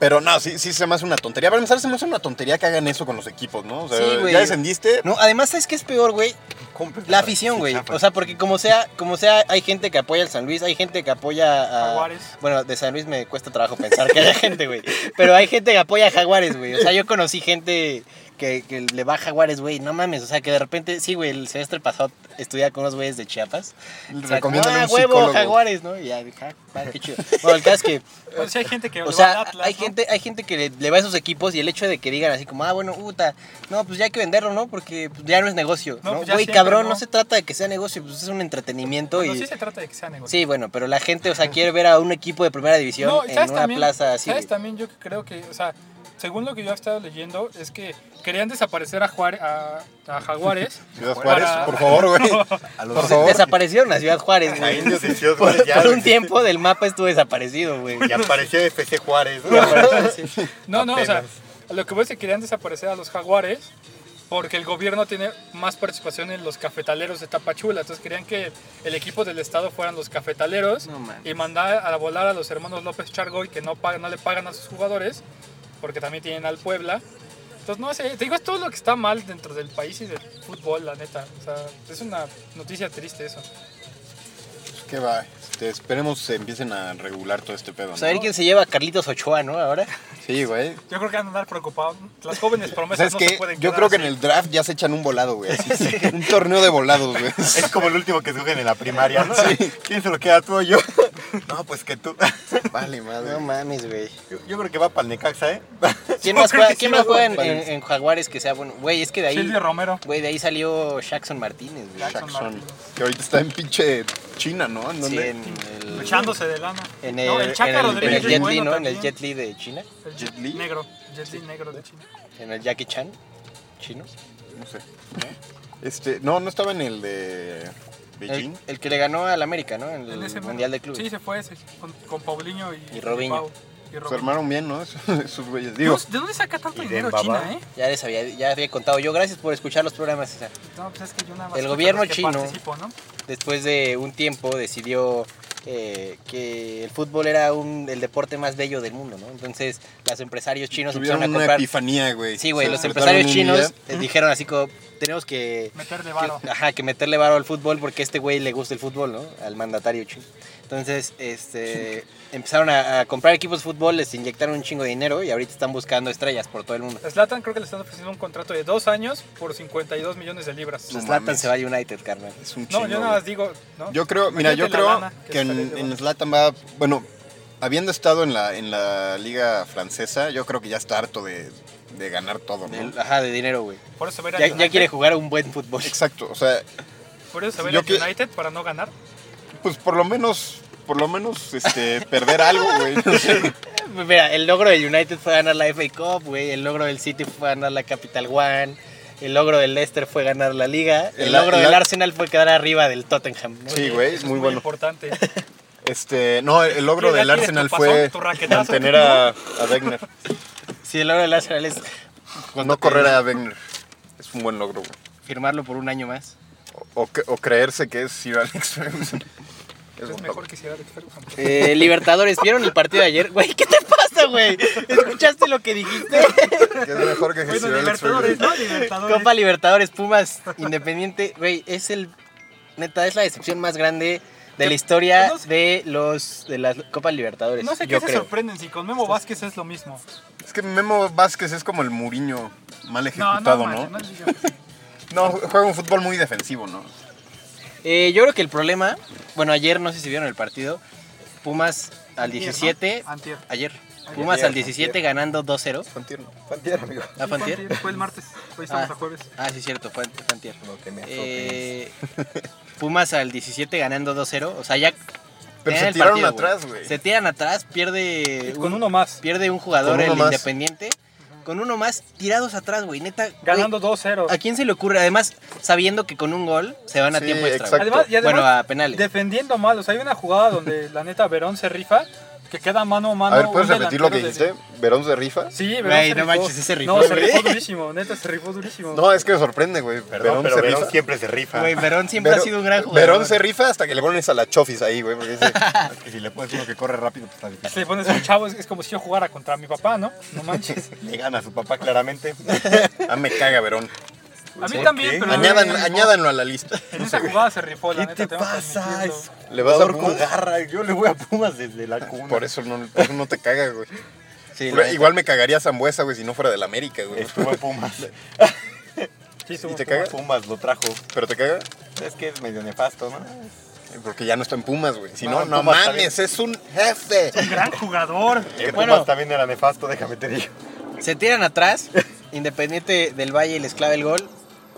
Pero no, sí, sí se me hace una tontería. Para empezar, se me hace una tontería que hagan eso con los equipos, ¿no? O sea,
Sí, güey.
ya descendiste.
No, además, ¿sabes qué es peor, güey?
Compre-
La afición, güey.
Chiapas.
O sea, porque como sea, como sea, hay gente que apoya al San Luis, hay gente que apoya a.
Jaguares.
Bueno, de San Luis me cuesta trabajo pensar que haya gente, güey. Pero hay gente que apoya a Jaguares, güey. O sea, yo conocí gente que, que le va a Jaguares, güey. No mames. O sea, que de repente, sí, güey, el semestre pasado estudiaba con unos güeyes de Chiapas. O sea, como,
Recomiéndale
ah,
un
huevo,
psicólogo.
Jaguares, ¿no? Y ya, dije, ah, va, qué chido. Bueno, el caso es que.
O sea, Pues hay gente que
O
le va
sea,
al Atlas,
hay
¿no?
gente, hay gente que le, le va a esos equipos y el hecho de que digan así como, ah, bueno, puta, no, pues ya hay que venderlo, ¿no? Porque pues, ya no es negocio.
No,
¿no?
pues ya
Güey,
siempre,
cabrón, no.
¿no?
se trata de que sea negocio, pues es un entretenimiento
Bueno,
y...
sí
Sí,
se trata de que sea negocio.
bueno, pero la gente, o sea, quiere ver a un equipo de primera división
No, y
en una
¿sabes también?
plaza así.
¿Sabes
güey.
también? Yo creo que, o sea, según lo que yo he estado leyendo, es que querían desaparecer a, Juárez, a, a Jaguares.
Ciudad Juárez,
Para-
por favor, güey.
A
Por
los
favor.
Desaparecieron la ciudad Juárez,
a
güey.
indios de Ciudad
Por,
Juárez ya,
por un
güey.
tiempo del mapa estuvo desaparecido, güey.
Y apareció FC Juárez. ¿no?
No, no, o sea,
Apenas.
a lo que voy es que querían desaparecer a los jaguares porque el gobierno tiene más participación en los cafetaleros de Tapachula. Entonces querían que el equipo del Estado fueran los cafetaleros
No mames.
y mandar a volar a los hermanos López Chargoy que no, pagan, no le pagan a sus jugadores porque también tienen al Puebla. Entonces, no sé, te digo, es todo lo que está mal dentro del país y del fútbol, la neta. O sea, es una noticia triste eso.
¿Qué va? Este, esperemos se empiecen a regular todo este pedo. ¿no?
Pues a ver quién se lleva a Carlitos Ochoa, ¿no? Ahora.
Sí, güey.
Yo creo que van a andar preocupados. Las jóvenes
Pues
¿Sabes
promesas no se
qué?
pueden
Yo
quedar
creo que en
así.
el draft ya se echan un volado, güey. así. Un torneo de volados, güey.
Es como el último que escogen en la primaria, ¿no? ¿Quién se lo queda tú o yo? No, pues que tú.
Vale, madre.
No mames, güey.
Yo, yo creo que va para el Necaxa, ¿eh?
¿Quién
Yo
más
creo
juega,
que sí
quién
va
más
a
juega en,
jugar
en- en Jaguares que sea bueno? Güey, es que de ahí...
Silvio Romero.
Güey, de ahí salió Jackson Martínez, güey.
Jackson
Jackson.
Martínez.
Que ahorita está en pinche China, ¿no? ¿En
Sí,
dónde?
en el,
Echándose de lana.
en el,
No,
en
Chaca
el- en el
Rodríguez es
Jet Li,
bueno
¿no? En el
también.
Jet Li de China,
El
Jet Li.
Negro. Jet Li negro de China.
en el Jackie Chan chino.
No sé. Este, no, no estaba en el de Beijing.
El, el que le ganó al América, ¿no? En
En
el
ese
Mundial de
momento. Sí,
Clubes.
se fue ese. Con, con Paulinho y,
Y Robinho.
Pau, y
Se
Robinho.
armaron bien, ¿no? Esos esos güeyes.
Dios,
Digo,
¿De dónde saca tanto
Y de
dinero
Mbaba.
China, eh?
Ya les había, ya había contado yo. Gracias por escuchar los programas, César.
No, pues es que yo nada más
El
escucho
gobierno
los que
chino.
participo, ¿no?
Después de un tiempo decidió eh, que el fútbol era un, el deporte más bello del mundo, ¿no? Entonces, los empresarios chinos
tuvieron
empezaron a
una
comprar...
epifanía, güey.
Sí, güey,
Se
los
despertaron
empresarios
un día.
chinos eh, dijeron así como, tenemos que
Meterle
que-
varo.
ajá, que meterle varo al fútbol porque a este güey le gusta el fútbol, ¿no? Al mandatario chino. Entonces, este, empezaron a, a comprar equipos de fútbol, les inyectaron un chingo de dinero y ahorita están buscando estrellas por todo el mundo.
Slatan creo que le están ofreciendo un contrato de dos años por 52 millones de libras.
No
Zlatan
mames.
se va a United, carnal.
Pues Es un
No,
chingo,
yo
güey.
nada más digo, ¿no?
Yo creo, mira, yo
Imagínate la
creo
lana que
que en,
estaría llevando.
en Zlatan va, bueno, habiendo estado en la, en la liga francesa, yo creo que ya está harto de, de ganar todo, ¿no?
Del- ajá, de dinero, güey.
Por eso se va a ir al
Ya, ya
United.
quiere jugar un buen fútbol.
Exacto, o sea,
Por eso se va a ir
Yo
al
que-
United para no ganar.
pues por lo menos, por lo menos, este, perder algo, güey. No sé.
Mira, el logro del United fue ganar la FA Cup, güey. El logro del City fue ganar la Capital One. El logro del Leicester fue ganar la Liga. El,
El-
logro
el-
del Arsenal fue quedar arriba del Tottenham, ¿no?
Sí, güey,
Eso
es
es
muy bueno.
importante.
Este, no, el logro
Ya
del
tienes tu
Arsenal
pasón,
fue
tu raquetazo.
mantener a, a Wegner.
Sí, el logro del Arsenal es
No correr a Wegner. Es un buen logro, güey.
firmarlo por un año más.
O, o, cre- o creerse que es Sir Alex Ferguson. Es
Es
un
mejor
logro.
que si era Alex Ferguson.
Eh, Libertadores, ¿vieron el partido de ayer? Güey, ¿qué te pasa, güey? ¿Escuchaste lo que dijiste?
Que es mejor que
Bueno,
Sir Alex Ferguson.
Libertadores, ¿no? Libertadores.
Copa Libertadores, Pumas, Independiente, güey, es el neta es la decepción más grande de la historia
No sé.
de los de las Copas Libertadores.
No sé qué
Pues, yo
se
creo.
sorprenden si con Memo Vázquez es lo mismo.
Es que Memo Vázquez es como el Muriño mal
No, no,
ejecutado,
manches,
¿no?
no digas.
No, juega un fútbol muy defensivo, ¿no?
Eh, yo creo que el problema, bueno, ayer no sé si vieron el partido, Pumas al
Antier, ¿no?
17,
Antier.
ayer, Pumas al 17 ganando 2-0.
Fue tierno.
Fantier, amigo.
¿A
Fue
Fantier?
antier, Fue el martes. Hoy estamos
Ah.
a jueves.
Ah, sí, cierto, fue fue antier.
No te me azotes.
Eh, Pumas al 17 ganando 2-0, o sea, ya
Pero
tenían
se
el
tiraron
partido,
atrás, güey.
Se tiran atrás, pierde
Con uno más.
pierde un jugador
Con uno
el
más.
Independiente con uno más tirados atrás, güey, neta. güey,
Ganando 2-0.
¿A quién se le ocurre? Además, sabiendo que con un gol se van a
Sí,
tiempo extra. güey.
exacto.
Además, y además,
Bueno, a penales.
defendiendo mal. O sea, hay una jugada donde la neta Verón se rifa, que queda mano a mano.
A ver, ¿puedes
Ah, un
repetir lo que
delantero de-
dijiste? ¿Verón se rifa?
Sí, Verón
Güey,
se
no
rifó.
manches, sí se rifó,
No, se
güey.
rifó durísimo, neta, se rifó durísimo.
No, es que me sorprende, güey.
Perdón,
Verón
pero
se
Verón
rifa.
siempre se rifa.
Güey, Verón siempre
Verón-
ha sido un gran jugador.
Verón se rifa hasta que le pones a la chofis ahí, güey. porque dice,
Es que si le pones uno que corre rápido, pues está difícil.
Si le pones un chavo, es, es como si yo jugara contra mi papá, ¿no? No manches.
Le gana a su papá claramente.
ah, me caga, Verón.
A mí
¿Por
también,
qué?
pero.
Añadan-
en-
añádanlo a la lista.
En esa jugada se rifó, la
¿Qué
neta.
te
tengo que
pasa?
admitirlo.
Es
¿Le vas a
jugador con
Pumas?
garra. Yo le voy a Pumas desde la cuna.
Por eso no, por eso no te caga, güey.
Sí, la
Güey,
neta.
Igual me cagaría Zambuesa, güey, si no fuera del América, güey.
Estuvo en Pumas.
Sí, estuvo
¿Y te
feo.
caga?
Pumas lo trajo.
¿Pero te caga?
Es que es medio nefasto, ¿no?
Porque ya no está en Pumas, güey. Si
No,
no,
en
no
Pumas está
mames, es un jefe.
Gran jugador.
Que
Bueno.
Pumas también era nefasto, déjame te digo.
Se tiran atrás. Independiente del Valle les clava el gol.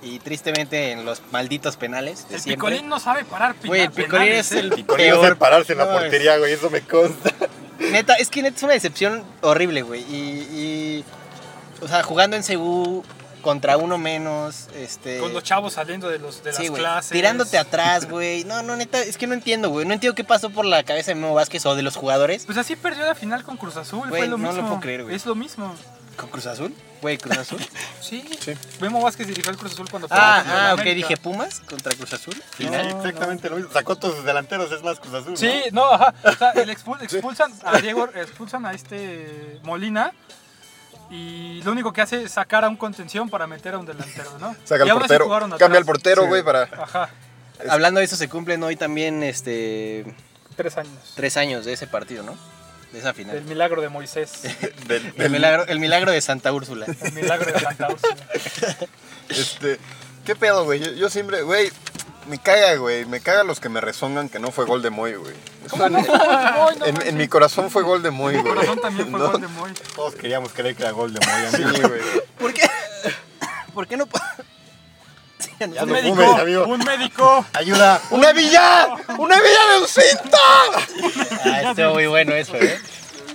Y tristemente en los malditos penales. De
El
siempre.
picolín no sabe parar pina-
Güey, el picolín es
penales,
el
¿eh?
Y con ellos
peor.
de pararse en la
No, es-
portería, güey, eso me consta.
Neta, es que neta es una decepción horrible, güey. Y, y, O sea, jugando en Cebú contra uno menos. Este.
Con los chavos saliendo de, los, de
Sí,
las
güey.
clases.
Tirándote atrás, güey. No, no, neta, es que no entiendo, güey. No entiendo qué pasó por la cabeza de Memo Vázquez o de los jugadores.
Pues así perdió la final con Cruz Azul.
Güey,
fue lo
no lo
mismo.
puedo creer, güey.
Es lo mismo.
¿Con Cruz Azul? Güey, Cruz Azul.
Sí. Memo Vázquez dirigió el Cruz Azul cuando
ah,
perdió
ah,
la
ok,
América.
dije Pumas contra Cruz Azul.
Sí,
No,
sí, exactamente lo mismo. Sacó todos sus delanteros, es más Cruz Azul.
Sí, no, ajá. O sea, el expul- expulsan a Diego, expulsan a este Molina. Y lo único que hace es sacar a un contención para meter a un delantero, ¿no?
Saca
Y
al
aún así
portero.
jugaron
Cambia
atrás.
al portero,
Sí.
güey, para.
Ajá,
Hablando de eso, se cumplen hoy también este
tres años.
tres años de ese partido, ¿no? De esa final.
El milagro de Moisés.
del-
El
del-
milagro, el milagro de Santa Úrsula.
El milagro de Santa Úrsula.
este, ¿Qué pedo, güey? Yo, yo siempre, güey, me caga, güey. Me caga los que me rezongan que no fue gol de Moy, güey. Eso en-
Ay, no,
En, en mi corazón fue gol de Moy,
mi
güey.
corazón también fue
No,
gol de Moy.
Todos queríamos creer que era gol de Moya.
Sí, güey.
¿Por qué? ¿Por qué no puedo? Sí, no
Ya
Un
no
sé.
médico,
fumes, amigo.
un médico.
Ayuda.
¡Una villa! ¡Una villa de Usita!
Ah, estuvo muy bueno eso, ¿eh?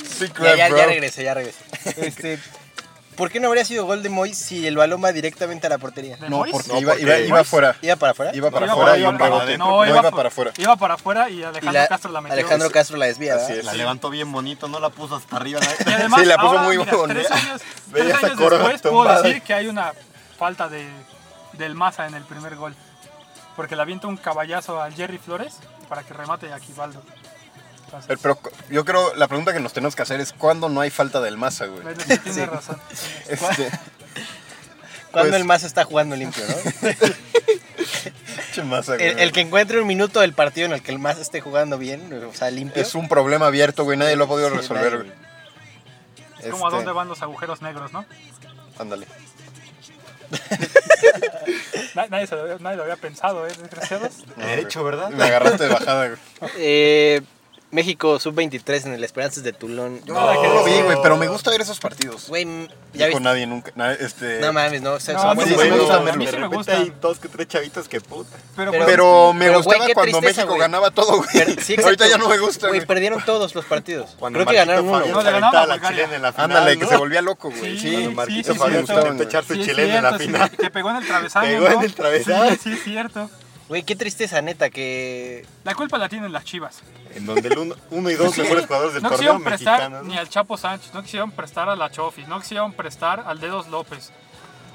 Sí,
Ya,
claro,
ya,
bro.
ya regresé, ya regresé. Este, ¿Por qué no habría sido gol de Moy si el balón va directamente a la portería?
¿De
No,
Mois?
porque
No,
iba,
porque-
iba, iba afuera.
¿Iba para afuera?
Iba para
Iba
afuera
para-
y un
iba para
rebote.
adentro.
No, iba
pa-
para afuera.
Iba para afuera y
Y
Alejandro
la-
Castro la metió.
Alejandro Castro la desvía,
Así
¿verdad?
es.
La levantó bien bonito, no la puso hasta arriba.
Y además,
Sí, la puso
ahora,
muy
mira,
bonita.
Tres años,
Veía
tres
esa
años
corona
después puedo
tumbada.
decir que hay una falta de, del Maza en el primer gol. Porque le avienta un caballazo al Jerry Flores para que remate a Quibaldo. Entonces,
Pero, pero yo creo la pregunta que nos tenemos que hacer es ¿cuándo no hay falta del masa, güey?
bueno, sí, tiene razón.
Este,
Cuando
Pues-
el Mazo está jugando limpio, ¿no?
pinche masa, güey.
El, el que encuentre un minuto del partido en el que el Mazo esté jugando bien, o sea, limpio.
Es un problema abierto, güey. Nadie lo ha podido
Sí,
resolver,
nadie,
güey.
Es como a
Este,
dónde van los agujeros negros, ¿no?
Ándale.
Na- Nadie, se lo, había- nadie lo había pensado, ¿eh? Desgraciados.
Derecho, ¿verdad?
Me agarraste de bajada, güey.
Eh, México sub-23 en el Esperanzas de Tulón.
Yo
No,
no lo vi, güey, pero me gusta ver esos partidos.
Güey, ya
Ya
viste.
con nadie nunca. na- este,
No mames, no. o sea,
No,
son
a mí
buenos
sí me
juegos.
gusta,
de
a mí sí me
repente
gusta.
hay dos que tres chavitos que puta.
Pero,
Pero-
pero me
Pero,
gustaba
güey, qué
cuando
tristeza,
México
güey.
ganaba todo, güey.
Per- sí, exacto.
Ahorita ya no me gusta,
Güey,
güey.
perdieron todos los partidos.
Cuando
Creo que
Marquito
ganaron uno.
Fabián
No, le
se
ganaba
aventaba
a
la
Bulgaria.
chilena en la final.
Ándale, que
¿no?
se volvía loco, güey. Sí,
Sí, sí,
cuando
sí,
Marquito
sí,
Fabián
sí,
estaba en
intentó
el-
echar su
Sí, es
chilena en la
cierto, sí,
final.
Que pegó en el travesaño.
Pegó en
¿no?
el travesaño.
Sí, sí, es cierto.
Güey, qué tristeza, neta, que...
La culpa la tienen las chivas.
En donde el uno, uno y dos mejores jugadores del
No
torneo
quisieron prestar
mexicano. ¿no?
ni al Chapo Sánchez, no quisieron prestar a la Chofi, no quisieron prestar al Dedos López.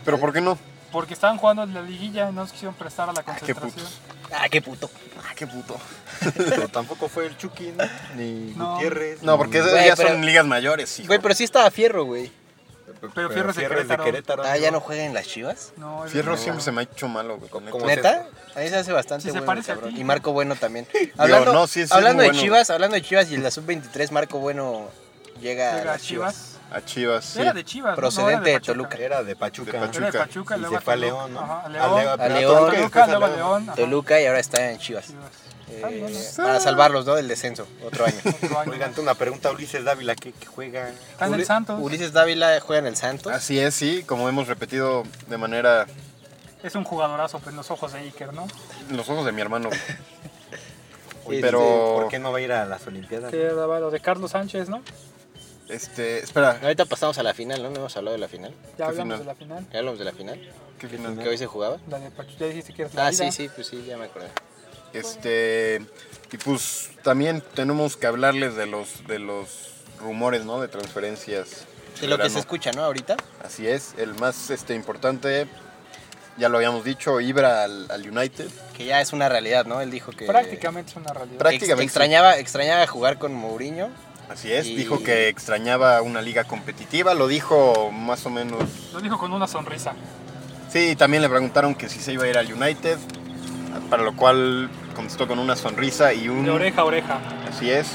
Pero ¿por qué no?
Porque estaban jugando en la liguilla y no nos quisieron prestar a la
qué
concentración.
Ah, qué puto.
Ah, qué puto.
Pero tampoco fue el Chucky, ¿no? Ni
No.
Gutiérrez.
No, porque esas
Güey,
ya
pero-
son ligas mayores, hijo.
Güey, pero sí estaba Fierro, güey.
Pero Fierro es de Querétaro.
Ah, ¿ya no juega en las Chivas?
No, es-
Fierro
no.
siempre se me ha hecho malo, güey. con
Como-
neta.
¿Neta? A mí se hace bastante
Sí, se
bueno,
parece a
cabrón.
ti.
Y Marco Bueno también. Hablando,
no, sí, sí es
hablando
muy
de
bueno.
Chivas, hablando de Chivas y la sub-23, Marco Bueno llega,
Llega
a
a
las Chivas.
Chivas.
A Chivas, sí.
Era de Chivas. ¿no?
Procedente
No, era
de
Pachuca.
Toluca.
Era de Pachuca.
De
¿no?
Pachuca.
Era de Pachuca,
Y
luego
se fue a León, ¿no?
Ajá, a
A
León.
León,
A
pero
León.
Toluca y después a
Toluca, luego a
León.
León. ajá.
Toluca y ahora está en Chivas.
Chivas. Está
Eh,
bien, ¿no?
para salvarlos, ¿no? Del descenso, otro año.
Otro año.
Oigan, tú una pregunta a Ulises Dávila, ¿qué, qué juega?
Está en el
Uli-
Santos.
Ulises Dávila juega en el Santos.
Así es, Ah, sí, como hemos repetido de manera
Es un jugadorazo, pues, en los ojos de Iker, ¿no?
en los ojos de mi hermano. güey.
Oye,
Pero-
dice, ¿Por qué no va a ir a las Olimpiadas?
Que daba lo de Carlos Sánchez, ¿no?
Este, espera,
Ahorita pasamos a la final, ¿no? No hemos hablado de la final.
Ya hablamos
final?
de la final.
Ya hablamos de la final.
¿qué final?
Que hoy se jugaba.
La de Pachuca. Ya dijiste que eres la
Ah,
ida.
sí, sí, pues sí, ya me acordé.
Este, y pues también tenemos que hablarles de los de los rumores, ¿no? De transferencias.
De lo que se
verano.
escucha, ¿no? Ahorita.
Así es, el más este importante ya lo habíamos dicho, Ibra al, al United.
Que ya es una realidad, ¿no? Él dijo que...
Prácticamente es una realidad.
que ex-
prácticamente sí.
extrañaba, extrañaba jugar con Mourinho.
Así es,
Y-
dijo que extrañaba una liga competitiva, lo dijo más o menos.
Lo dijo con una sonrisa.
Sí, también le preguntaron que si se iba a ir al United, para lo cual contestó con una sonrisa y un
De oreja a oreja.
Así es.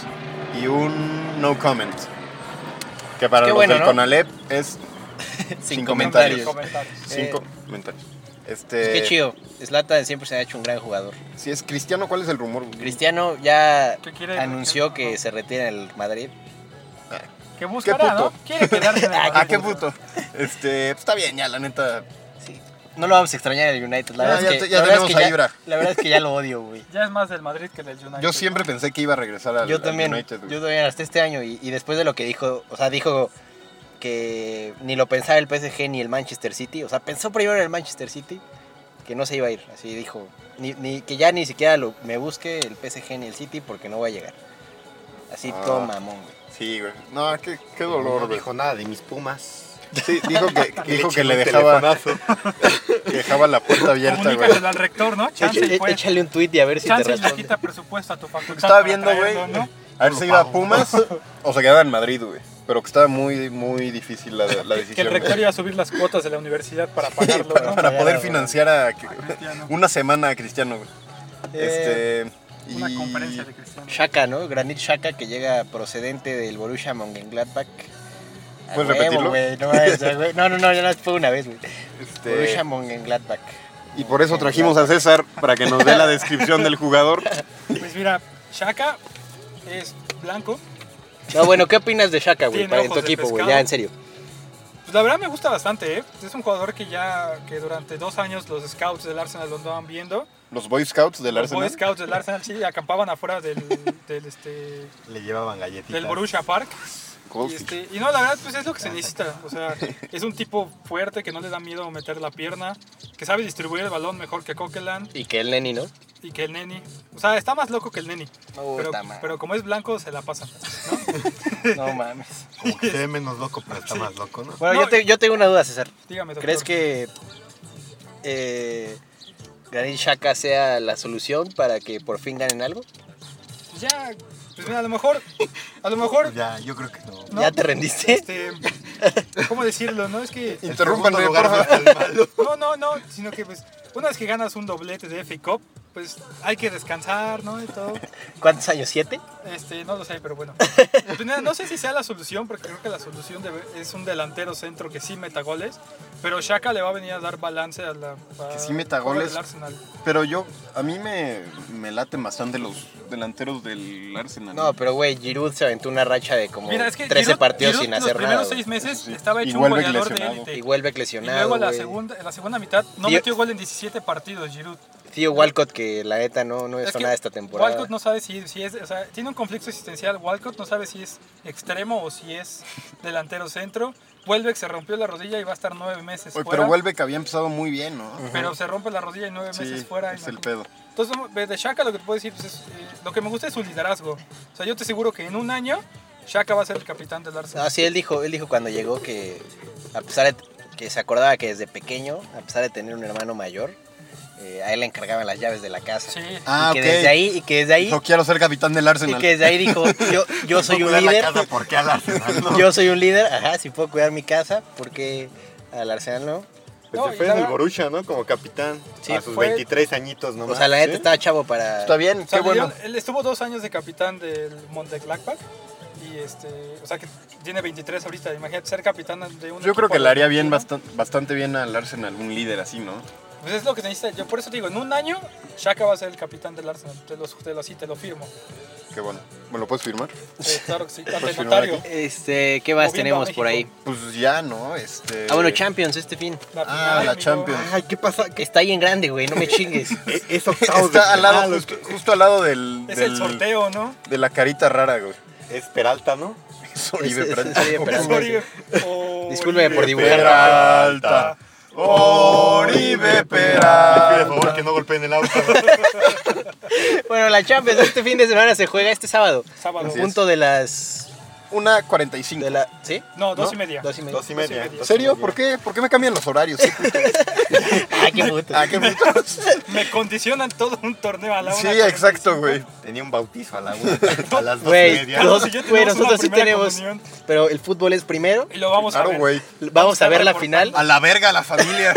Y un no comment. Que para
Qué
los
bueno,
del
¿no? Eh,
Conalep es
Sin,
Sin
comentarios.
comentarios.
Comentarios.
cinco comentarios. Este,
Qué chido. Zlatan siempre se ha hecho un gran jugador.
Si es cristiano, ¿cuál es el rumor?
Cristiano ya
¿Qué quiere?
anunció
¿Qué?
que se retira en el Madrid.
Que buscará,
puto?
¿no? Quiere quedarse en el
¿A Ah, qué
Madrid.
puto? Este, pues, está bien, ya, la neta.
Sí. No lo vamos a extrañar en el United. La
Ah,
verdad,
ya
es, que,
te- ya
la verdad es que
tenemos a
ya-
Ibra.
la verdad es que ya lo odio, güey.
Ya es más del Madrid que del United.
Yo siempre pensé que iba a regresar al,
Yo
al
también,
United. güey.
yo también hasta este año y, y después de lo que dijo, o sea, dijo que ni lo pensaba el PSG ni el Manchester City, o sea, pensó primero en el Manchester City que no se iba a ir, así dijo, ni, ni- que ya ni siquiera lo, me busque el PSG ni el City porque no voy a llegar. Así
Ah.
todo mamón, güey.
Sí, güey. No, qué, qué
no
dolor, güey.
dijo nada de mis pumas.
Sí, dijo que,
Y
dijo que
chingó
le
un
dejaba,
telefonazo.
que dejaba la puerta abierta, güey.
Comunícaselo al rector, ¿no? Chance y
Échale,
puede-
échale un tweet y a ver si te
Chance y le
responde.
quita presupuesto a tu facultad.
Estaba
para
viendo, güey.
traerlo, ¿no?
A ver si iba a Pumas o se quedaba en Madrid, güey. Pero que estaba muy, muy difícil la, la decisión.
Que el
güey.
rector iba a subir las cuotas de la universidad para pagarlo,
para,
¿no?
para poder
Claro.
financiar a,
Cristiano.
una semana a Cristiano. güey.
Eh,
este,
Una
y-
conferencia de Cristiano.
Shaka, ¿no? Granit Shaka que llega procedente del Borussia Mönchengladbach. A
¿Puedes
huevo,
repetirlo?
güey, no, mames, ya, güey. no, no, no, ya no fue una vez, güey.
este,
Borussia Mönchengladbach.
y por eso trajimos a César para que nos dé la descripción del jugador.
Pues mira, Shaka es blanco.
No, bueno, ¿qué opinas de Shaka, güey?
Tiene
Para en tu
ojos de
equipo, güey,
pescado.
ya en serio.
Pues la verdad me gusta bastante, ¿eh? Es un jugador que ya, que durante dos años los scouts del Arsenal lo andaban viendo.
Los Boy Scouts del
Los Boy
Arsenal.
Scouts del Arsenal, sí, acampaban afuera del, del, este,
Le llevaban galletitas.
del Borussia Park. Y,
Goldfish.
este, y no, la verdad, pues es lo que se necesita. O sea, es un tipo fuerte que no le da miedo meter la pierna, que sabe distribuir el balón mejor que Coquelan
Y que el Neni, ¿no?
y que el Neni. O sea, está más loco que el Neni.
No,
Pero,
está mal.
pero como es blanco, se la pasa.
No mames.
Como que se ve menos loco, pero está más loco, ¿no?
Bueno,
No,
yo, te- yo tengo una duda, César.
Dígame, doctor.
¿Crees que eh, Granit Shaka sea la solución para que por fin ganen algo?
Ya, pues mira, a lo mejor, a lo mejor,
Ya, yo creo que no.
No.
¿Ya te rendiste?
este, ¿cómo decirlo? No es que,
Interrúmpanme,
El segundo lugar
porfa.
no es tan malo.
no, no, no, sino que pues, una vez que ganas un doblete de FA Cup, pues hay que descansar, ¿no? Y todo.
¿Cuántos años? ¿Siete?
Este, no lo sé, pero bueno. Pues nada, No sé si sea la solución, porque creo que la solución debe- es un delantero centro que sí meta goles, pero Shaka le va a venir a dar balance a la. a-
Que sí meta
al juego
goles.
del Arsenal.
Pero yo, a mí me, me laten bastante los delanteros del Arsenal.
No, pero güey, Giroud se aventó una racha de como
Mira, es que
13
Giroud-
partidos
Giroud
sin
los
hacer nada.
primeros
güey.
seis meses
Sí.
estaba hecho
Y
un
vuelve
goleador de
lesionado.
élite.
Y vuelve
Y
lesionado.
luego la
güey.
segunda, en la segunda mitad no
Tío-
metió gol en 17 partidos, Giroud.
Tío Walcott, que la neta no, no
Es
hizo
que
nada esta temporada.
Walcott no sabe si, si es, o sea, tiene un conflicto existencial. Walcott no sabe si es extremo o si es delantero centro. Vuelve que se rompió la rodilla y va a estar nueve meses
Oye,
fuera.
pero vuelve que había empezado muy bien, ¿no?
pero se rompe la rodilla y nueve
Sí,
meses fuera.
es el
imagínate.
pedo.
Entonces, de- de Shaka lo que te puedo decir pues, es, eh, lo que me gusta es su liderazgo. O sea, yo te aseguro que en un año Shaka va a ser el capitán del Arsenal.
No, Ah, sí, él dijo, él dijo cuando llegó que a pesar de que se acordaba que desde pequeño, a pesar de tener un hermano mayor, eh, a él le encargaban las llaves de la casa.
Sí.
Ah,
y que
ok.
desde ahí, y que desde ahí,
Yo quiero ser capitán del
y
Arsenal.
que desde ahí dijo, yo, yo soy un
Cuidar la
líder,
casa porque al Arsenal no.
yo soy un líder, ajá, si puedo cuidar mi casa, porque al Arsenal no.
Pues
No,
se
y
fue
la
en el
verdad-
Borussia, ¿no? Como capitán.
Sí,
a sus
fue-
23 añitos
O
nomás. ¿eh?
sea, la neta
¿Sí?
estaba chavo para...
¿eh? Está bien,
O sea,
qué bueno.
León, él estuvo dos años de capitán del Montegladbach y este, o sea que tiene 23 ahorita. Imagínate ser capitán de un.
Yo creo
equipo
que le
de-
haría bien
¿no?
bastan- bastante bien al Arsenal un líder así, ¿no?
Pues es lo que se necesita. Yo por eso te digo, en un año Shaka va a ser el capitán del Arsenal. Te lo, te lo, sí, te lo firmo.
Qué bueno. ¿Me lo puedes firmar?
Eh, claro que sí, ante
Pues,
notario.
Este, ¿qué más
O viva
tenemos por ahí?
México.
Pues ya, ¿no? Este...
Ah, bueno, Champions este fin.
La
Ah, la
amigo.
Champions.
Ay, ¿qué pasa? ¿Qué-
Está ahí en grande, güey, no me chingues.
Es, es octavos de ah,
Está al lado,
final,
justo, justo al lado del...
Es el
del-
sorteo, ¿no?
De la carita rara, güey.
Es Peralta, ¿no?
Es Oribe
Es- es-
Peralta.
es Oribe Peralta.
Sorry. Oh,
Discúlpeme por dibujar.
Peralta. Oribe
Le pido,
Peralta.
por favor que no golpeen el auto.
Bueno, la Champions este fin de semana se juega este sábado.
Sábado.
En
Así es.
punto de las...
Una 45.
De la, ¿Sí?
No, dos
¿No?
y media.
Dos y media.
Dos y media.
¿En serio? ¿Por qué? ¿Por qué me cambian los horarios? Sí, puto.
Ah, qué puto.
Ah, qué putos.
Me condicionan todo un torneo a la
Sí,
una cuarenta y
exacto, güey.
Tenía un bautizo a la una, a las dos y
Güey,
media.
dos-
y yo tenemos
güey,
una
nosotros sí
primera
tenemos,
comunión.
pero el fútbol es primero.
Y lo vamos a
Claro,
ver.
güey.
Vamos a ver la
reportando.
final.
A la verga la familia.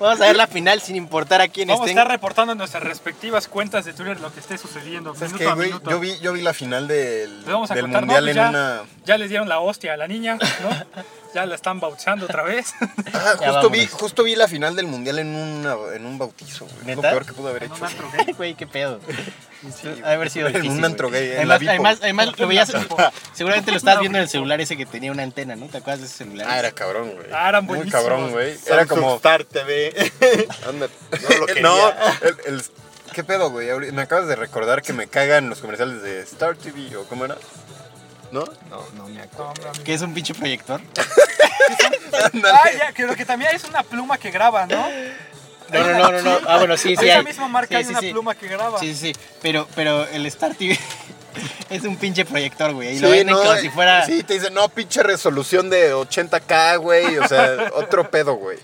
Vamos a ver la final sin importar a quién
Este
Vamos a
estén.
estar reportando en nuestras respectivas cuentas de Twitter lo que esté sucediendo.
¿Sabes
minuto
qué,
a
güey?
minuto.
Yo vi, yo vi la final del,
Les vamos a
del
contar,
mundial
¿no?
en
Pues ya,
una.
ya les dieron la hostia a la niña, ¿no? ya la están bautizando otra vez.
Ah,
Ya
justo, vi,
vámonos.
justo vi la final del mundial en, una, en un bautizo, güey. Es lo
¿Neta?
peor que pude haber
En
hecho.
un
güey.
antro gay.
Güey, qué pedo. Ha de haber sido
En
difícil,
un
güey.
antro gay, en la
Además,
Vipo.
además, además, lo veías. Seguramente lo estabas
No,
viendo en el
Vipo.
celular ese que tenía una antena, ¿no? ¿Te acuerdas de ese celular?
Ah, era cabrón, güey.
Ah, eran
Muy
buenísimos.
cabrón, güey.
Samsung
Era como.
Star TV.
Ándale.
No lo quería.
No, el- el- ¿Qué pedo, güey? Ahorita- Me acabas de recordar que me cagan los comerciales de Star TV o cómo era. ¿No?
No, no me acuerdo.
No, hombre, amigo.
Que es un pinche proyector.
Ah, ya, creo que también es una pluma que graba, ¿no?
No, no, no, no. no. Ah, bueno, sí, sí.
Esa
hay.
misma marca
Sí,
hay
sí,
una
sí.
pluma que graba.
Sí, sí, sí. Pero, pero el Star TV es un pinche proyector, güey. Y
Sí,
lo venden
no,
como
eh,
si fuera.
Sí, te dicen, no, pinche resolución de 80K, güey. O sea, otro pedo, güey.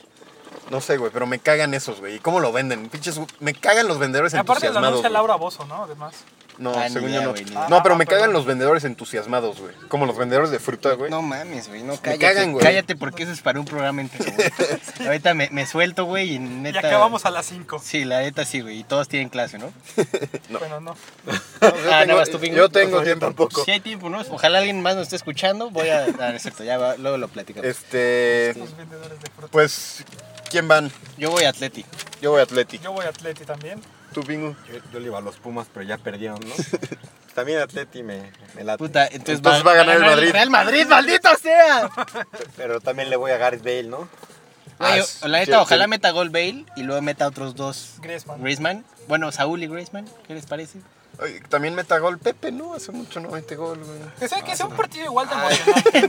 No sé, güey, pero me cagan esos, güey. ¿Y cómo lo venden? Pinches, me cagan los vendedores
Aparte lo
entusiasmados.
anuncia
güey.
Laura Bozo, ¿no? Además.
No,
Ah, ni
según
idea,
yo no.
güey, ni
idea.
no, pero me
Ah, perdón.
cagan los vendedores entusiasmados, güey. Como los vendedores de fruta, güey.
No mames, güey, no
Me
cállate.
cagan, güey.
Cállate porque eso es para un programa entero, güey. Ahorita me, me suelto, güey, y neta.
Y acabamos a las 5.
Sí, la neta sí, güey. Y todos tienen clase, ¿no?
Bueno, no.
No, yo
Ah,
tengo,
nada más tú, Pingo.
yo tengo
No, yo
tiempo.
tampoco.
Si hay tiempo, ¿no? Ojalá alguien más nos esté escuchando. Voy a. Ah, no es cierto, ya va, luego lo platicamos.
Este.
Los vendedores de fruta.
Pues, ¿quién van?
Yo voy a Atleti.
Yo voy a Atlético.
Yo voy a Atleti también.
Tú, Pingo.
Yo, yo le iba a los Pumas, pero ya perdieron, ¿no? También Atleti me, me late.
Puta, entonces,
Entonces va a ganar el Madrid.
Real Madrid, maldito sea.
Pero también le voy a Gareth Bale, ¿no?
Güey,
Ah, sí,
la neta,
sí,
ojalá
sí.
meta gol Bale y luego meta otros dos.
Griezmann.
Griezmann. Bueno, Saúl y Griezmann, ¿qué les parece?
Oye, También meta gol Pepe, ¿no? Hace mucho no mete gol, güey.
Que sea, que sea un partido igual de emocionante,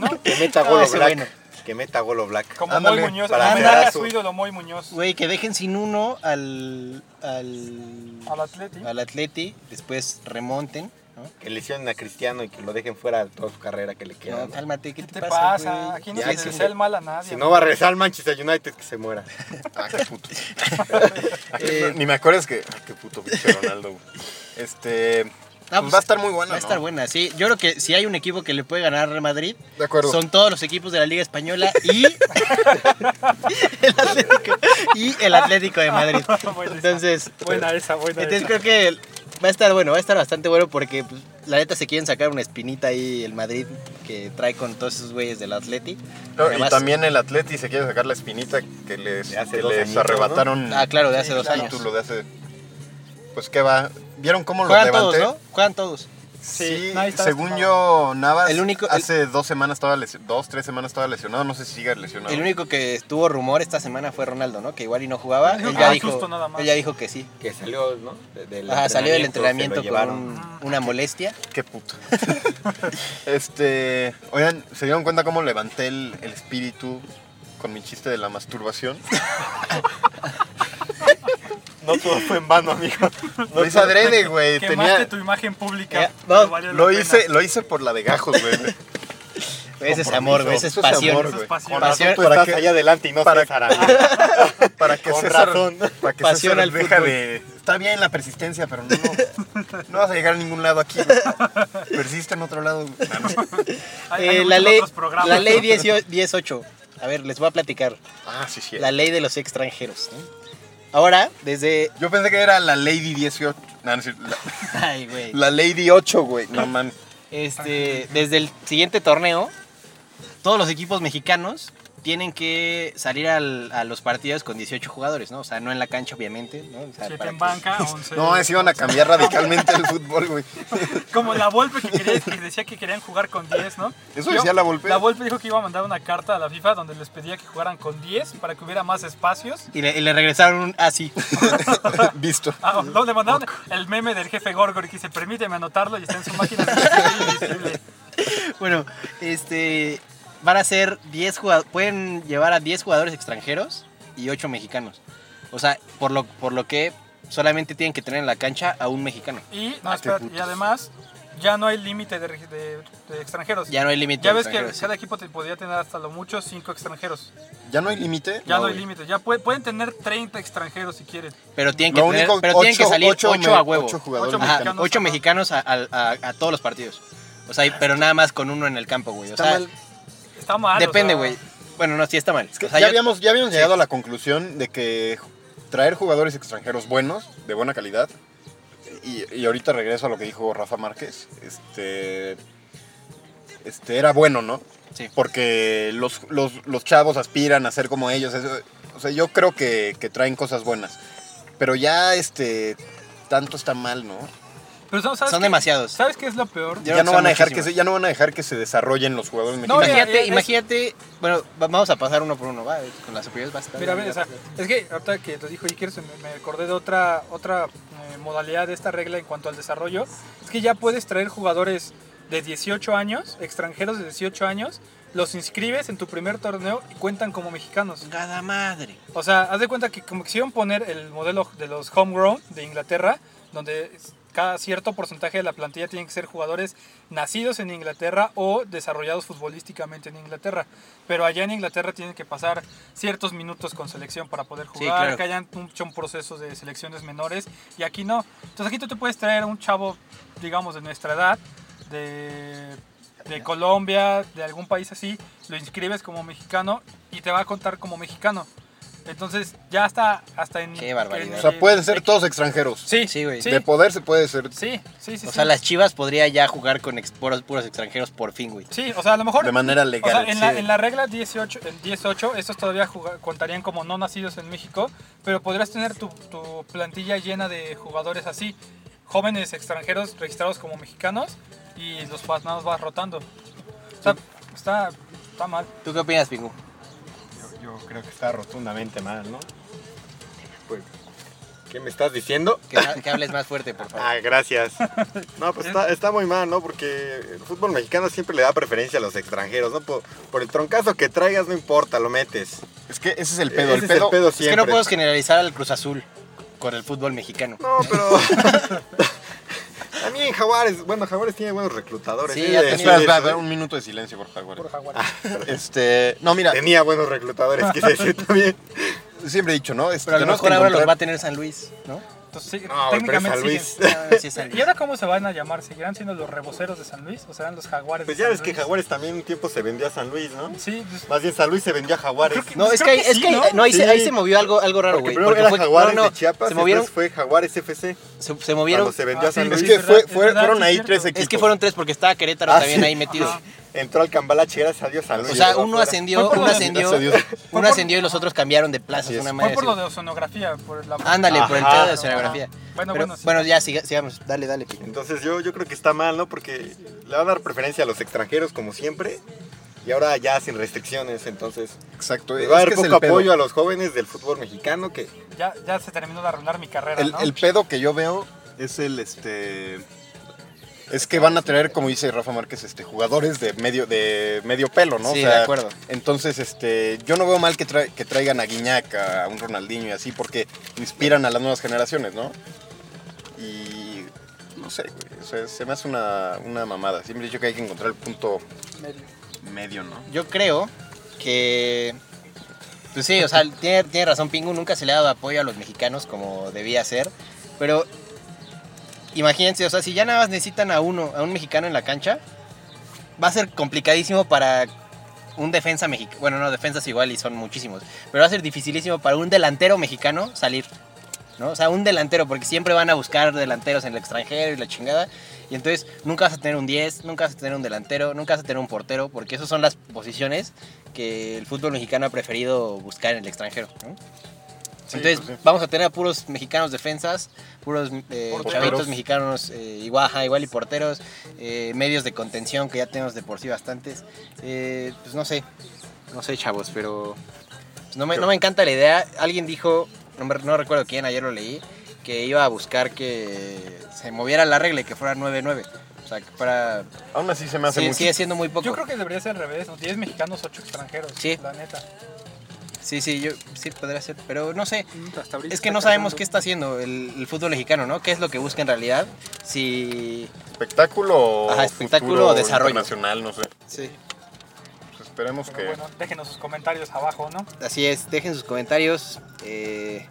¿no?
Que meta
Ah,
golo
ese
black.
bueno.
Que meta golo black.
Como
Ándale,
Moy Muñoz.
para
Ah,
cerrar
era
su-
su ídolo Moy Muñoz.
Güey, que dejen sin uno al. al.
Al Atleti.
al Atleti, después remonten. ¿no?
Que lesionen a Cristiano y que lo dejen fuera toda su carrera que le queda.
No,
¿no?
cálmate, ¿qué,
¿Qué te
güey?
pasa? Aquí no
Ya,
se le
sí.
desea el mal a nadie.
Si no va a regresar al Manchester United, que se muera.
Ah, qué puto. Eh, Ni me acuerdas que. Ah, qué puto pinche Ronaldo, güey. Este.
Ah,
Pues
pues,
va a estar muy buena.
Va a estar
¿no?
buena, sí. Yo creo que si hay un equipo que le puede ganar al Madrid,
De acuerdo.
son todos los equipos de la Liga Española y el Atlético, y el Atlético de Madrid.
Buena esa,
Entonces,
buena esa, buena
entonces
esa.
creo que va a estar bueno, va a estar bastante bueno porque pues, la neta se quieren sacar una espinita ahí el Madrid que trae con todos esos güeyes del Atlético.
No, y
Además-
también el Atleti se quiere sacar la espinita que les,
De hace
que
dos
les
añitos,
arrebataron
Ah, claro, de hace
el
dos años.
título de hace. Pues qué va. ¿Vieron cómo lo
Juegan todos,
levanté?
¿no? Juegan todos.
Sí,
Sí, nadie estaba
según yo,
lastimado.
Navas
El único- el-
hace dos semanas estaba lesionado, dos, tres semanas estaba lesionado, no sé si siga lesionado.
El único que estuvo rumor esta semana fue Ronaldo, ¿no? Que igual y no jugaba.
Dijo
Él
que
ya,
era
dijo,
susto nada más.
él ya dijo que sí.
Que salió, ¿no? De- del
Ajá, salió del
se
entrenamiento
lo
con
llevaron.
un- una molestia.
Qué puto. este, oigan, ¿se dieron cuenta cómo levanté el, el espíritu con mi chiste de la masturbación?
No todo fue en vano, amigo.
lo hice adrede, güey.
Quemaste
Tenía,
tu imagen pública.
Ya,
pero
Eh, no,
valió la
lo
pena.
hice, lo hice por la de gajos, güey.
Ese es amor, güey. Ese es
Eso es
pasión.
amor,
Eso
güey.
es pasión.
Con razón,
Pasión-
tú
¿para
estás
qué?
allá adelante y no
¿Para
César, amigo.
Para que
Con
César,
razón.
Para que
Pasión
César
al
deja
fútbol.
de. Está bien la persistencia, pero no, no vas a llegar a ningún lado aquí. güey. Persiste en otro lado. güey.
Hay-
Eh,
hay
la,
muchos
ley,
otros programas,
la ley
¿no?
18 18. A ver, les voy a platicar.
Ah, sí, sí.
La ley de los extranjeros. ¿eh? Ahora, desde.
Yo pensé que era la Lady 18. No, no es cierto, la,
Ay, güey.
la Lady 8, güey. No mames.
Este, desde el siguiente torneo, todos los equipos mexicanos tienen que salir al- a los partidos con 18 jugadores, ¿no? O sea, no en la cancha, obviamente. ¿no? O sea,
Siete
para
en
que-
banca, once.
No, es iban a cambiar radicalmente el fútbol, güey.
Como la Volpe que, quería- que decía que querían jugar con 10, ¿no?
Eso decía la Volpe.
La Volpe dijo que iba a mandar una carta a la FIFA donde les pedía que jugaran con 10 para que hubiera más espacios.
Y le, y le regresaron un ah, así.
Visto.
Ah, no, le mandaron el meme del jefe Gorgor que dice, permíteme anotarlo y está en su máquina. de escribir invisible".
bueno, este. Van a ser 10 jugadores. Pueden llevar a 10 jugadores extranjeros y 8 mexicanos. O sea, por lo, por lo que solamente tienen que tener en la cancha a un mexicano.
Y, no,
Ah, qué
espérate,
putos.
y además ya no hay límite de, regi- de- de extranjeros.
Ya no hay límite.
Ya
de
ves que
extranjeros, sí.
cada equipo te podría tener hasta lo mucho 5 extranjeros.
¿Ya no hay límite?
Ya no, hay
güey.
límite. Ya pue- pueden tener 30 extranjeros si quieren.
Pero tienen que,
Lo
tener-
único,
pero tienen que
ocho-
salir 8,
ocho me-
a huevo.
ocho jugadores
Ocho
Ajá,
mexicanos.
ocho mexicanos a, al- a- a todos los partidos. O sea, pero nada más con uno en el campo, güey. O sea,
Está mal. Ah, o
depende,
sea,
güey. Bueno, no, sí está mal.
Es que
O sea,
ya,
yo-
habíamos, ya habíamos llegado a la conclusión de que traer jugadores extranjeros buenos, de buena calidad, y, y ahorita regreso a lo que dijo Rafa Márquez, este, este era bueno, ¿no?
Sí.
Porque los, los- los chavos aspiran a ser como ellos. eso- o sea, yo creo que, que traen cosas buenas. Pero ya este tanto está mal, ¿no?
Pero son, ¿sabes
Son
qué?
demasiados.
¿Sabes qué es lo peor?
Yo
ya
creo
no
que
van a
son
dejar que
muchísimos.
se, ya no van a dejar que se desarrollen los jugadores
No,
mexicanos.
mira,
Imagínate,
ya- ya-
imagínate. Bueno, va- vamos a pasar uno por uno, va. Con las superiores va a estar.
Mira, a ver, o sea, es que ahorita que te dijo Iker, se me, me acordé de otra, otra eh, modalidad de esta regla en cuanto al desarrollo. Es que ya puedes traer jugadores de 18 años, extranjeros de 18 años, los inscribes en tu primer torneo y cuentan como mexicanos.
Cada madre.
O sea, haz de cuenta que como quisieron poner el modelo de los homegrown de Inglaterra, donde es- cada cierto porcentaje de la plantilla tienen que ser jugadores nacidos en Inglaterra o desarrollados futbolísticamente en Inglaterra. Pero allá en Inglaterra tienen que pasar ciertos minutos con selección para poder
Sí,
jugar,
claro.
que hayan un- hecho un proceso de selecciones menores y aquí no. Entonces aquí tú te puedes traer un chavo, digamos, de nuestra edad, de, de Colombia, de algún país así, lo inscribes como mexicano y te va a contar como mexicano. Entonces, ya hasta, hasta en.
Qué barbaridad.
en-
O sea, pueden ser todos extranjeros.
Sí,
Sí, güey.
Sí,
De poder se puede ser
sí, sí. sí,
O sea,
sí.
las chivas podría ya jugar con ex- puros, puros extranjeros por fin, güey.
Sí, o sea, a lo mejor.
de manera
o
legal.
sea, en,
sí.
la, en la regla 18, en 18, estos todavía juga- contarían como no nacidos en México, pero podrías tener tu, tu plantilla llena de jugadores así, jóvenes extranjeros registrados como mexicanos y los fasnados vas rotando. O sea, está, está mal.
¿Tú qué opinas, Pingu?
Yo, yo creo que está rotundamente mal, ¿no?
Pues, ¿Qué me estás diciendo?
Que, que hables más fuerte, por favor.
Ah, gracias. No, pues está, está muy mal, ¿no? Porque el fútbol mexicano siempre le da preferencia a los extranjeros, ¿no? Por, por el troncazo que traigas, no importa, lo metes.
Es que E, ese es el pedo.
Ese
el pedo,
es el pedo
es que
siempre.
no puedes generalizar al Cruz Azul con el fútbol mexicano.
No, pero... También Jaguares, bueno, Jaguares tiene buenos reclutadores.
Sí,
¿eh?
ya tenía-
De-
Espera,
de-
espera,
de-
espera, un minuto de silencio, por favor.
Por Jaguares.
Este, no, mira,
Tenía buenos reclutadores, quise decir también.
siempre he dicho, ¿no? Este,
Pero a lo
tenemos
mejor
que
ahora los va a
encontrar-
tener San Luis, ¿no? Ah,
Entonces, sí,
No, güey, pero es
técnicamente
San Luis.
siguen.
Sí, es el-
¿Y ahora cómo se van a llamar? ¿Seguirán siendo los reboceros de San Luis o serán los jaguares
Pues
de
ya
San
ves que
Luis?
Jaguares también un tiempo se vendió a San Luis, ¿no?
Sí, pues,
Más bien San Luis se vendió a Jaguares.
Creo
No, es
Pues
que,
creo
ahí-
que
es
sí,
que ahí-
¿no?
no, ahí, se,
Sí.
ahí se movió algo, algo raro, güey.
Porque primero
porque
era
fue-
Jaguares
no, no,
de Chiapas,
se movieron,
después fue Jaguares FC.
se, se movieron.
Cuando se vendió
Ah,
a San
sí,
Luis,
Es que fue,
es
fue-
verdad,
fueron
sí,
ahí
es
tres
cierto.
equipos.
Es que fueron tres porque estaba Querétaro
Ah,
también
sí.
ahí metido.
Ajá.
entró al Cambalache, gracias a Dios, San Luis.
O sea,
llegó
uno
afuera.
ascendió,
Fue por
uno
lo de-
ascendió,
Gracias a Dios.
uno ascendió y los otros cambiaron de plaza.
Así
una
es.
fue
madre
por lo
así.
de oceanografía, por la...
Ándale, pues. por el
Ajá.
pedo de escenografía.
Bueno,
Pero,
bueno, sí.
bueno, ya siga- sigamos. Dale, dale. Pico.
Entonces yo, yo creo que está mal, ¿no? Porque le va a dar preferencia a los extranjeros, como siempre. Y ahora ya sin restricciones, entonces.
Exacto.
Le
es
va a dar
que Pues, es
poco
el pedo.
apoyo a los jóvenes del fútbol mexicano que
ya, ya se terminó de arruinar mi carrera,
El,
¿no?
el pedo que yo veo es el este. Es que van a traer, como dice Rafa Márquez, este, jugadores de medio, de medio pelo, ¿no?
Sí,
O sea,
de acuerdo.
Entonces, este, yo no veo mal que, tra- que traigan a Guiñac, a un Ronaldinho y así, porque inspiran a las nuevas generaciones, ¿no? Y no sé, güey. O sea, se me hace una, una mamada. Siempre he dicho que hay que encontrar el punto medio, ¿no?
Yo creo que. Pues sí, o sea, tiene, tiene razón Pingu, nunca se le ha dado apoyo a los mexicanos como debía ser. Pero imagínense, o sea, si ya nada más necesitan a uno, a un mexicano en la cancha, va a ser complicadísimo para un defensa mexicano. Bueno, no, defensas igual y son muchísimos. Pero va a ser dificilísimo para un delantero mexicano salir. ¿no? O sea, un delantero, porque siempre van a buscar delanteros en el extranjero y la chingada. Y entonces nunca vas a tener un 10, nunca vas a tener un delantero, nunca vas a tener un portero, porque esas son las posiciones que el fútbol mexicano ha preferido buscar en el extranjero. ¿no?
Sí,
entonces
pues sí.
vamos a tener a puros mexicanos defensas, puros eh,
Porteros.
chavitos mexicanos eh, igual, ajá, igual y porteros, eh, medios de contención que ya tenemos de por sí bastantes. Eh, pues no sé, no sé chavos, pero pues no, me, no me encanta la idea. Alguien dijo, no, me- no recuerdo quién, ayer lo leí, que iba a buscar que se moviera la regla y que fuera 9-9. O sea, que fuera...
Aún así se me hace
sí,
mucho.
sigue siendo muy poco.
Yo creo que debería ser al revés, ¿no? 10 mexicanos, 8 extranjeros,
Sí.
la neta.
Sí, sí, yo, sí podría ser, pero no sé.
Mm, Hasta ahorita
Es que
está
no sabemos
cargando.
qué está haciendo el, el fútbol mexicano, ¿no? ¿Qué es lo que busca en realidad? Si...
Espectáculo o
Ajá, espectáculo
futuro
o desarrollo.
internacional, no sé.
Sí.
Pues esperemos
Pero
que.
bueno, déjenos sus comentarios abajo, ¿no?
Así es, dejen sus comentarios. eh,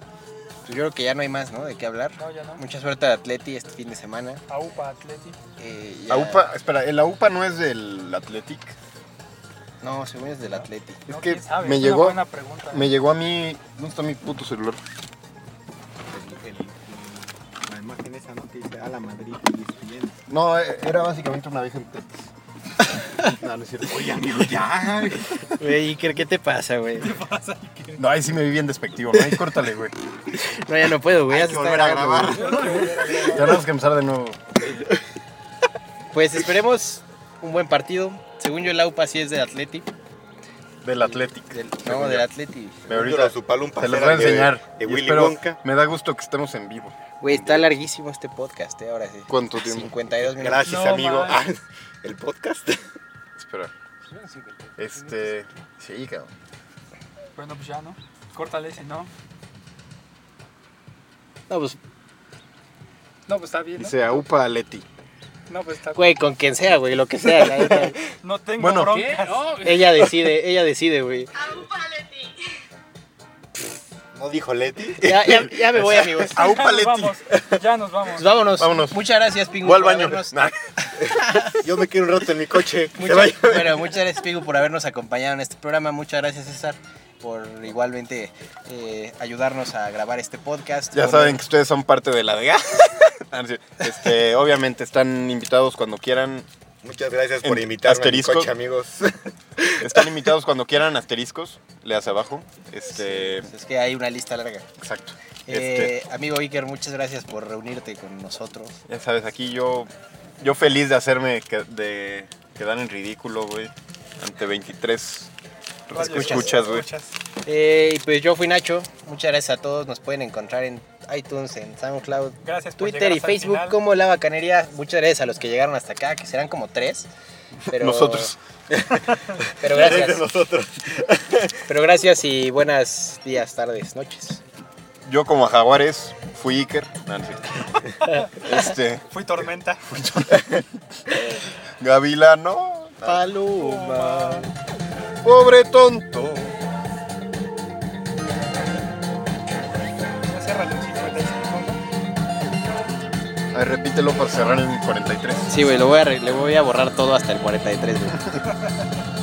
pues yo creo que ya no hay más, ¿no? De qué hablar.
No, ya no.
Mucha suerte al Atleti este fin de semana.
Aupa, Atleti.
eh, ya-
La UPA, espera, ¿el AUPA no es del Athletic?
No, según es del Atleti.
Es
No,
que
quién sabe,
me
es
llegó-
Una buena pregunta. ¿eh?
Me llegó a mí. ¿Dónde está mi puto celular?
la imagen esa no que dice a la Madrid y bien.
No, eh, era básicamente una vieja en tetas. No, no es cierto.
Oye, amigo, ya.
Güey, ¿qué, qué te pasa, güey?
No, ahí sí me vi bien despectivo, ¿no? Ahí córtale, güey.
No, ya no puedo, güey. ya
Hay que
se está
volver a
grabando,
grabar.
güey.
Ya tenemos que empezar de nuevo.
Pues esperemos un buen partido. Según yo, el AUPA sí es del Atleti.
Del Athletic.
Del, no,
Según
del
yo.
Atleti.
Me ahorita
su palumpa
te los voy a enseñar.
De
Y
Willy
espero-
Wonka.
Me da gusto que estemos en vivo.
Güey, está larguísimo este podcast, eh, ahora sí.
¿Cuánto tiempo?
52 minutos.
Gracias,
No,
amigo.
man.
Ah, el podcast.
Espera. Este. Sí, cabrón.
Bueno, pues ya, ¿no? Córtale si no.
No, pues,
No, pues está bien, ¿no?
Dice AUPA Leti.
No, pues está
güey, con quien sea, güey, lo que sea. la neta.
No tengo
Bueno.
broncas.
ella decide, ella decide, güey.
No dijo Leti.
Ya, ya, ya me voy, amigos.
AUPA
Ya nos
Leti.
vamos, ya nos vamos.
Pues vámonos.
Vámonos.
Muchas gracias, Pingu.
Voy al
por
baño.
habernos-
Nah.
Yo me quedo un rato en mi coche. Se
Muchas,
vaya.
bueno, muchas gracias, Pigu, por habernos acompañado en este programa. Muchas gracias, César, por igualmente eh, ayudarnos a grabar este podcast.
Ya
Por-
saben que ustedes son parte de Ah, la DEA. este, obviamente están invitados cuando quieran.
Muchas gracias por
En-
invitarme
asterisco.
a mi coche, amigos.
Están invitados cuando quieran asteriscos. Le hace abajo. Este,
Pues Es que hay una lista larga.
exacto. Este,
Eh, Amigo Iker, muchas gracias por reunirte con nosotros.
ya sabes, aquí yo yo feliz de hacerme que, de quedar en ridículo, güey, ante 23
Vale,
escuchas, güey.
escuchas.
Eh, y pues yo fui Nacho. Muchas gracias a todos. Nos pueden encontrar en iTunes, en SoundCloud,
Gracias por
Twitter
llegar
y
hasta el
Facebook
final.
como La Bacanería. Muchas gracias a los que llegaron hasta acá, que serán como tres. Pero,
Nosotros.
Pero
Gracias a
gracias.
nosotros.
Pero gracias y buenas días, tardes, noches.
Yo como Jaguares fui Iker. No, no es cierto. este,
Fui tormenta.
Gavilano,
Paloma.
pobre tonto.
Ya cierra el 55, ¿no?
ver, repítelo para cerrar el 43.
Sí, güey, lo voy a re- le voy a borrar todo hasta el 43, güey.